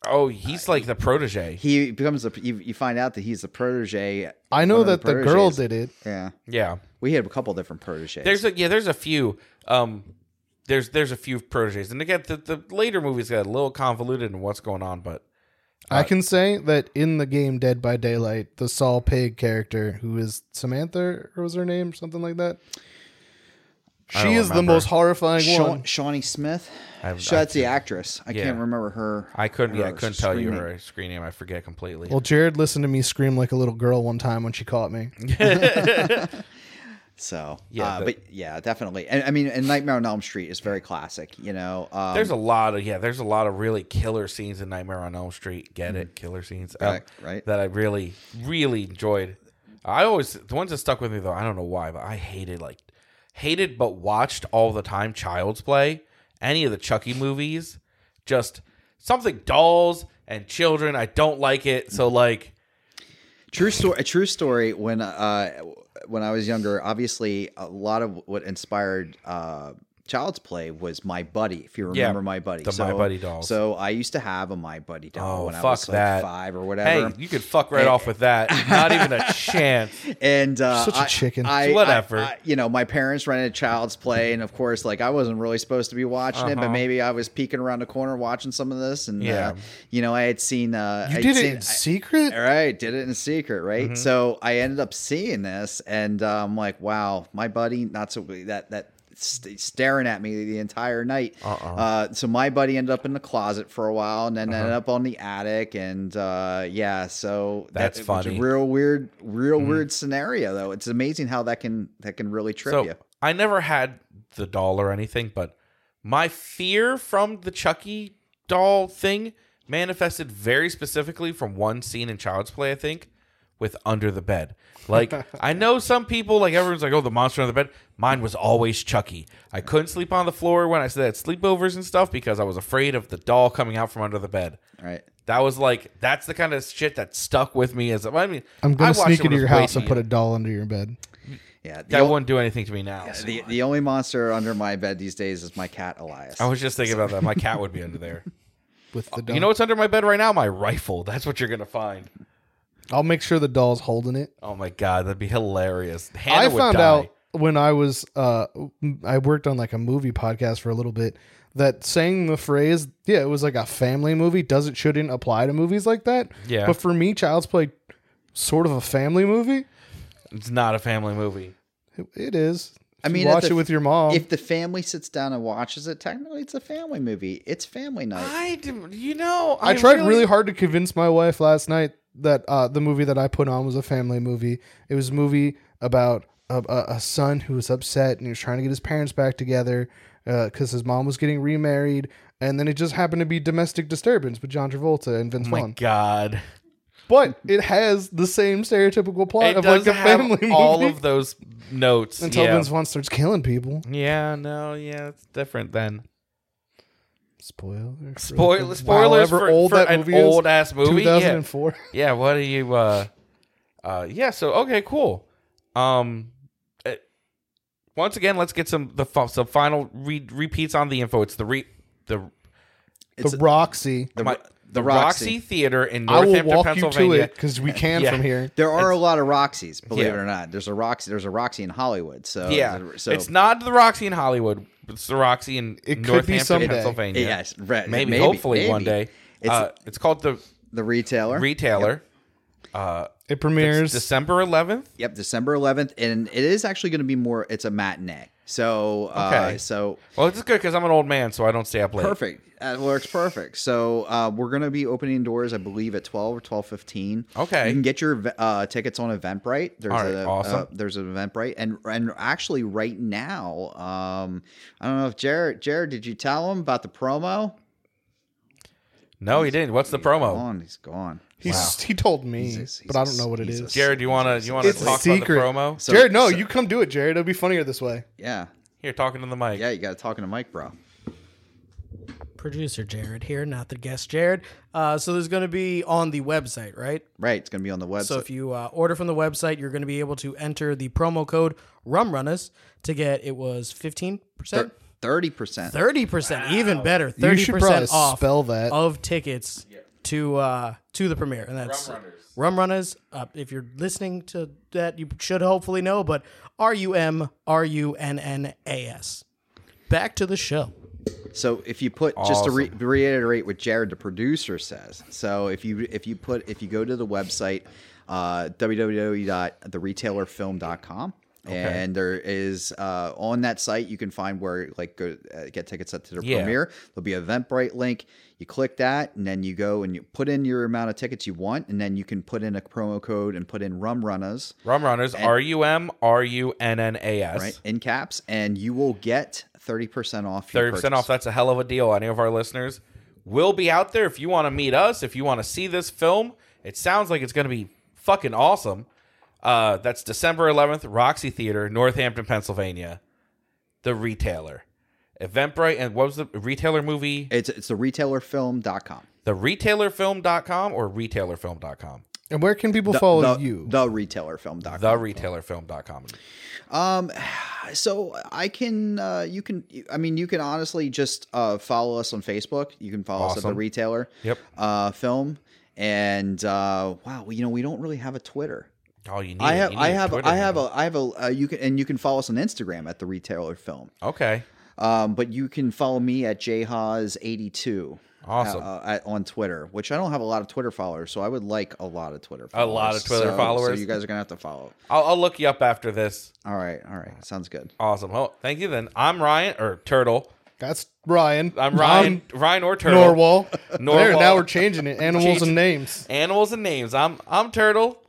[SPEAKER 1] Oh, he's like the protege.
[SPEAKER 3] He becomes a. You, you find out that he's a protege.
[SPEAKER 2] I know
[SPEAKER 3] one of
[SPEAKER 2] that the, girl
[SPEAKER 3] proteges.
[SPEAKER 2] did it.
[SPEAKER 3] Yeah,
[SPEAKER 1] Yeah,
[SPEAKER 3] we had a couple different proteges.
[SPEAKER 1] there's a yeah, there's a few. Um, there's there's a few proteges, and again, the, the later movies got a little convoluted in what's going on, but
[SPEAKER 2] I can say that in the game Dead by Daylight, the Saul Pig character, who is Samantha, or was her name, something like that. She
[SPEAKER 1] don't
[SPEAKER 2] is the
[SPEAKER 1] remember.
[SPEAKER 2] most horrifying
[SPEAKER 3] Shaw,
[SPEAKER 2] one.
[SPEAKER 3] Shawnee Smith.
[SPEAKER 1] I've-
[SPEAKER 3] So that's the actress. I
[SPEAKER 1] Yeah.
[SPEAKER 3] can't remember her.
[SPEAKER 1] I couldn't. Yeah, I
[SPEAKER 3] her
[SPEAKER 1] couldn't tell you
[SPEAKER 3] screaming.
[SPEAKER 1] her screen name. I forget completely.
[SPEAKER 2] Well, Jared listened to me scream like a little girl one time when she caught me.
[SPEAKER 3] So
[SPEAKER 1] Yeah,
[SPEAKER 3] yeah,
[SPEAKER 1] the-
[SPEAKER 3] but yeah, definitely. And I mean, and Nightmare on Elm Street is very classic. You know, um,
[SPEAKER 1] there's a lot of yeah. There's a lot of really killer scenes in Nightmare on Elm Street. Get it? Killer scenes. um,
[SPEAKER 3] Right, Mm-hmm. right.
[SPEAKER 1] That I really, really enjoyed. I always the ones that stuck with me though. I don't know why, but I hated like hated but watched all the time. Child's Play, any of the Chucky movies, just something dolls and children. I don't like it. So
[SPEAKER 3] Mm-hmm.
[SPEAKER 1] like,
[SPEAKER 3] True story. A true story. When uh, when I was younger, obviously a lot of what inspired uh, Child's Play was My Buddy. If you
[SPEAKER 1] Yeah,
[SPEAKER 3] remember My Buddy,
[SPEAKER 1] the My Buddy dolls.
[SPEAKER 3] So I used to have a My Buddy doll
[SPEAKER 1] Oh,
[SPEAKER 3] when I
[SPEAKER 1] fuck
[SPEAKER 3] was like
[SPEAKER 1] that.
[SPEAKER 3] five or whatever.
[SPEAKER 1] hey, you could fuck right off with that. Not even a chance.
[SPEAKER 3] and uh,
[SPEAKER 2] Such a
[SPEAKER 3] I-
[SPEAKER 2] chicken.
[SPEAKER 3] I,
[SPEAKER 1] Whatever.
[SPEAKER 3] I- I- you know, my parents rented Child's Play, and of course, like I wasn't really supposed to be watching it, but maybe I was peeking around the corner watching some of this, and
[SPEAKER 1] Yeah.
[SPEAKER 3] uh, you know, I had seen. Uh,
[SPEAKER 2] You
[SPEAKER 3] I'd
[SPEAKER 2] did it
[SPEAKER 3] seen-
[SPEAKER 2] in secret?
[SPEAKER 3] all right, did it in secret, right?
[SPEAKER 1] Mm-hmm.
[SPEAKER 3] So I ended up seeing this, and I'm um, like, wow, my buddy, not so that that st- staring at me the entire night. uh so my buddy ended up in the closet for a while, and then ended
[SPEAKER 1] Uh-huh.
[SPEAKER 3] up on the attic, and uh, yeah, so
[SPEAKER 1] That's
[SPEAKER 3] it was
[SPEAKER 1] funny. Mm-hmm.
[SPEAKER 3] A real weird, real weird scenario, though. It's amazing how that can that can really trip you.
[SPEAKER 1] I never had the doll or anything, but my fear from the Chucky doll thing manifested very specifically from one scene in Child's Play, I think, with Under the Bed. Like, I know some people, like everyone's like, oh, the monster under the bed. Mine was always Chucky. I couldn't sleep on the floor when I said that sleepovers and stuff because I was afraid of the doll coming out from under the bed.
[SPEAKER 3] All right.
[SPEAKER 1] That was like, that's the kind of shit that stuck with me as I mean,
[SPEAKER 2] I'm
[SPEAKER 1] I
[SPEAKER 2] gonna
[SPEAKER 1] watched
[SPEAKER 2] sneak
[SPEAKER 1] it when
[SPEAKER 2] into
[SPEAKER 1] I
[SPEAKER 2] your
[SPEAKER 1] was
[SPEAKER 2] house
[SPEAKER 1] way
[SPEAKER 2] and put a
[SPEAKER 1] too
[SPEAKER 2] doll under your bed.
[SPEAKER 3] Yeah. The,
[SPEAKER 1] young. That
[SPEAKER 3] ol-
[SPEAKER 1] wouldn't do anything to me now.
[SPEAKER 3] the, the only monster under my bed these days is my cat Elias.
[SPEAKER 1] I was just thinking about that. My cat would be under there.
[SPEAKER 2] With the doll.
[SPEAKER 1] You know what's under my bed right now? My rifle. That's what you're gonna find.
[SPEAKER 2] I'll make sure the doll's holding it.
[SPEAKER 1] Oh my god, that'd be hilarious. Hannah
[SPEAKER 2] I
[SPEAKER 1] would
[SPEAKER 2] found
[SPEAKER 1] die.
[SPEAKER 2] out when I was uh I worked on like a movie podcast for a little bit that saying the phrase yeah it was like a family movie doesn't shouldn't apply to movies like that
[SPEAKER 1] Yeah.
[SPEAKER 2] but for me Child's Play sort of a family movie
[SPEAKER 1] It's not a family movie.
[SPEAKER 2] It- it is
[SPEAKER 3] I
[SPEAKER 2] If you
[SPEAKER 3] mean,
[SPEAKER 2] watch
[SPEAKER 3] if
[SPEAKER 2] it
[SPEAKER 3] the-
[SPEAKER 2] with your mom
[SPEAKER 3] if the family sits down and watches it, technically it's a family movie. It's family night.
[SPEAKER 1] I do, you know, Oh
[SPEAKER 2] I, tried really, hard to convince my wife last night that uh, the movie that I put on was a family movie. It was a movie about a, a, a son who was upset and he was trying to get his parents back together because his mom was getting remarried. And then it just happened to be Domestic Disturbance with John Travolta and Vince
[SPEAKER 1] Oh My
[SPEAKER 2] Vaughn.
[SPEAKER 1] god,
[SPEAKER 2] But it has the same stereotypical plot
[SPEAKER 1] it
[SPEAKER 2] of like
[SPEAKER 1] does
[SPEAKER 2] a
[SPEAKER 1] have
[SPEAKER 2] family movie.
[SPEAKER 1] all of those notes.
[SPEAKER 2] until
[SPEAKER 1] yeah.
[SPEAKER 2] Vince Vaughn starts killing people.
[SPEAKER 1] yeah, no, yeah, it's different then.
[SPEAKER 2] Spoiler. for-
[SPEAKER 1] Spoil-
[SPEAKER 2] for
[SPEAKER 1] spoilers
[SPEAKER 2] however
[SPEAKER 1] for, for an
[SPEAKER 2] is.
[SPEAKER 1] old ass movie. Yeah.
[SPEAKER 2] 2004.
[SPEAKER 1] yeah what do you uh uh yeah so okay cool um uh, once again let's get some the fi- some final re- repeats on the info it's the re the
[SPEAKER 3] It's
[SPEAKER 2] the Roxy.
[SPEAKER 1] the, my, the,
[SPEAKER 3] the
[SPEAKER 1] roxy.
[SPEAKER 3] Roxy.
[SPEAKER 1] theater in
[SPEAKER 2] I will
[SPEAKER 1] northampton
[SPEAKER 2] walk you to
[SPEAKER 1] pennsylvania
[SPEAKER 2] it because we can
[SPEAKER 1] Yeah.
[SPEAKER 2] from here.
[SPEAKER 3] there are a lot of Roxy's, believe
[SPEAKER 1] Yeah.
[SPEAKER 3] it or not. There's a Roxy. There's a Roxy in
[SPEAKER 2] Oh,
[SPEAKER 3] Hollywood. So
[SPEAKER 1] yeah
[SPEAKER 3] so
[SPEAKER 1] it's not the roxy in hollywood it's the roxy in
[SPEAKER 2] It could be
[SPEAKER 1] northampton
[SPEAKER 2] someday.
[SPEAKER 1] pennsylvania
[SPEAKER 3] yes, right,
[SPEAKER 1] maybe,
[SPEAKER 3] maybe,
[SPEAKER 1] hopefully one
[SPEAKER 3] maybe.
[SPEAKER 1] day it's,
[SPEAKER 3] It's-
[SPEAKER 1] uh, it's called the
[SPEAKER 3] the retailer.
[SPEAKER 1] retailer
[SPEAKER 2] It
[SPEAKER 1] It's
[SPEAKER 2] premieres.
[SPEAKER 1] december 11th
[SPEAKER 3] yep, December 11th, and it is actually going to be more. It's a matinee. So uh,
[SPEAKER 1] Okay.
[SPEAKER 3] so
[SPEAKER 1] well it's good because i'm an old man so i don't stay up late
[SPEAKER 3] perfect. That works perfect. So uh, we're going to be opening doors, I believe, at twelve or twelve fifteen.
[SPEAKER 1] Okay.
[SPEAKER 3] you can get your uh, tickets on Eventbrite. There's
[SPEAKER 1] All right,
[SPEAKER 3] a,
[SPEAKER 1] awesome.
[SPEAKER 3] uh, there's an Eventbrite, and and actually right now, um, I don't know if Jared, Jared, did you tell him about the promo?
[SPEAKER 1] no he didn't what's the promo
[SPEAKER 3] Gone. He's gone.
[SPEAKER 2] He's, He told me,
[SPEAKER 3] He's a-
[SPEAKER 2] but I
[SPEAKER 3] he's
[SPEAKER 2] don't
[SPEAKER 3] a-
[SPEAKER 2] know what it
[SPEAKER 3] he's a
[SPEAKER 2] is.
[SPEAKER 1] Jared, you wanna you wanna
[SPEAKER 2] It's
[SPEAKER 1] talk
[SPEAKER 2] secret.
[SPEAKER 1] about the promo?
[SPEAKER 3] So-
[SPEAKER 2] Jared, no,
[SPEAKER 3] so-
[SPEAKER 2] you come do it, Jared. It'll be funnier this way.
[SPEAKER 3] Yeah.
[SPEAKER 1] Here, talking to the mic.
[SPEAKER 3] Yeah, you got to talking to Mike, bro.
[SPEAKER 4] Producer Jared here, not the guest Jared. Uh, so there's going to be on the website, right?
[SPEAKER 3] Right, it's going to be on the website.
[SPEAKER 4] So if you uh, order from the website, you're going to be able to enter the promo code RUMRUNNERS to get it was 15%?
[SPEAKER 3] Thir- 30%.
[SPEAKER 4] 30%, even better. 30%
[SPEAKER 2] You should probably
[SPEAKER 4] off
[SPEAKER 2] spell that.
[SPEAKER 4] of tickets to uh, to the premiere. And that's Rum Runners. Uh, if you're listening to that, you should hopefully know, but R U M R U N N A S. Back to the show.
[SPEAKER 3] So if you put just to re- reiterate what Jared the producer says, so if you if you put if you go to the website uh, www.theretailerfilm.com and there is uh, on that site you can find where like go uh, get tickets up to the
[SPEAKER 1] Yeah.
[SPEAKER 3] premiere. There'll be an Eventbrite link. You click that and then you go and you put in your amount of tickets you want and then you can put in a promo code and put in Rum Runners
[SPEAKER 1] Rum Runners, R U M R U N N A S.
[SPEAKER 3] right in caps and you will get thirty percent off. your
[SPEAKER 1] thirty percent
[SPEAKER 3] purchase.
[SPEAKER 1] off. That's a hell of a deal. Any of our listeners will be out there if you want to meet us. If you want to see this film, it sounds like it's going to be fucking awesome. Uh, that's December eleventh, Roxy Theater, Northampton, Pennsylvania. The retailer, Eventbrite, and what was the retailer movie?
[SPEAKER 3] It's it's the retailerfilm.com.
[SPEAKER 1] The retailerfilm.com or retailerfilm.com.
[SPEAKER 2] and where can people
[SPEAKER 3] The-
[SPEAKER 2] follow
[SPEAKER 3] the,
[SPEAKER 2] you?
[SPEAKER 3] The retailerfilm.com.
[SPEAKER 1] The retailerfilm.com.
[SPEAKER 3] so I can uh you can I mean you can honestly just uh follow us on Facebook. You can follow us at the
[SPEAKER 1] Awesome.
[SPEAKER 3] retailer.
[SPEAKER 1] Yep.
[SPEAKER 3] Uh film and uh wow, you know we don't really have a Twitter.
[SPEAKER 1] All you need.
[SPEAKER 3] I have
[SPEAKER 1] you need
[SPEAKER 3] I have
[SPEAKER 1] Twitter
[SPEAKER 3] I have
[SPEAKER 1] handle.
[SPEAKER 3] a I have a uh, you can and you can follow us on Instagram at the retailer film.
[SPEAKER 1] Okay.
[SPEAKER 3] Um but you can follow me at jhaws82.
[SPEAKER 1] Awesome.
[SPEAKER 3] Uh, at, on Twitter, which I don't have a lot of Twitter followers, so I would like a lot of Twitter
[SPEAKER 1] A
[SPEAKER 3] followers.
[SPEAKER 1] lot of Twitter
[SPEAKER 3] So- so
[SPEAKER 1] followers.
[SPEAKER 3] you guys are going to have to follow.
[SPEAKER 1] I'll, I'll look you up after this.
[SPEAKER 3] All right, all right. Sounds good.
[SPEAKER 1] Awesome. Oh, thank you. Then I'm Ryan or Turtle.
[SPEAKER 2] That's Ryan.
[SPEAKER 1] I'm Ryan. Ryan or
[SPEAKER 2] I'm
[SPEAKER 1] Turtle.
[SPEAKER 2] Norwal. There,
[SPEAKER 1] Norwal.
[SPEAKER 2] now we're changing it. Animals
[SPEAKER 1] Changing-
[SPEAKER 2] and names.
[SPEAKER 1] Animals and names. I'm I'm Turtle.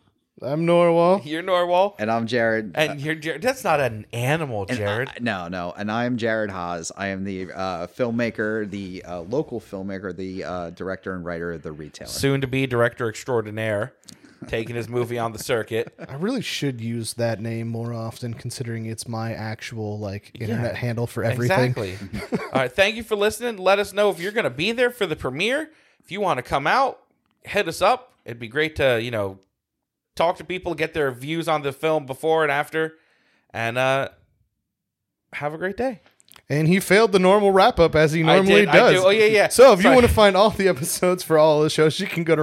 [SPEAKER 2] I'm Norwal.
[SPEAKER 1] You're Norwal.
[SPEAKER 3] And I'm Jared.
[SPEAKER 1] And you're Jared. That's not an animal, Jared.
[SPEAKER 3] Uh, no, no. And I am Jared Haas. I am the uh, filmmaker, the uh, local filmmaker, the uh, director and writer of The Retailer.
[SPEAKER 1] Soon to be director extraordinaire, taking his movie on the circuit.
[SPEAKER 2] I really should use that name more often, considering it's my actual like internet handle for everything.
[SPEAKER 1] Exactly. All right. Thank you for listening. Let us know if you're going to be there for the premiere. If you want to come out, hit us up. It'd be great to, you know, talk to people, get their views on the film before and after, and uh, have a great day.
[SPEAKER 2] And he failed the normal wrap up as he
[SPEAKER 1] I
[SPEAKER 2] normally
[SPEAKER 1] did, I
[SPEAKER 2] does.
[SPEAKER 1] do. Oh, yeah, yeah.
[SPEAKER 2] So if you
[SPEAKER 1] Sorry.
[SPEAKER 2] want to find all the episodes for all the shows, you can go to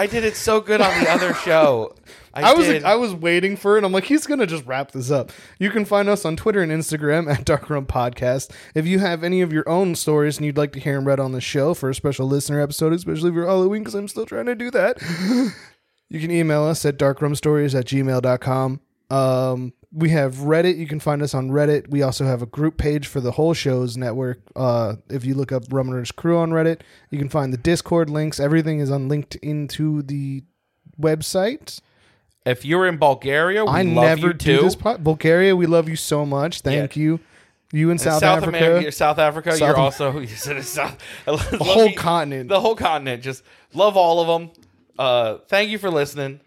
[SPEAKER 1] I did it so good on the other show. I,
[SPEAKER 2] I was
[SPEAKER 1] did.
[SPEAKER 2] I was waiting for it. I'm like, he's gonna just wrap this up. You can find us on Twitter and Instagram at Dark Room Podcast. If you have any of your own stories and you'd like to hear them read on the show for a special listener episode, especially for Halloween, because I'm still trying to do that. You can email us at darkroomstories at gmail.com. Um, we have Reddit. You can find us on Reddit. We also have a group page for the whole show's network. Uh, if you look up Rumrunners Crew on Reddit, you can find the Discord links. Everything is unlinked into the website.
[SPEAKER 1] if you're in Bulgaria, we
[SPEAKER 2] I
[SPEAKER 1] love
[SPEAKER 2] never
[SPEAKER 1] you too.
[SPEAKER 2] do this. Po- Bulgaria, we love you so much. Thank you. You in South,
[SPEAKER 1] South
[SPEAKER 2] Africa,
[SPEAKER 1] America, you're South Africa.
[SPEAKER 2] South
[SPEAKER 1] you're
[SPEAKER 2] Am-
[SPEAKER 1] also you said it's South, the
[SPEAKER 2] whole continent.
[SPEAKER 1] The whole continent. Just love all of them. Uh, thank you for listening.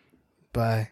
[SPEAKER 2] Bye.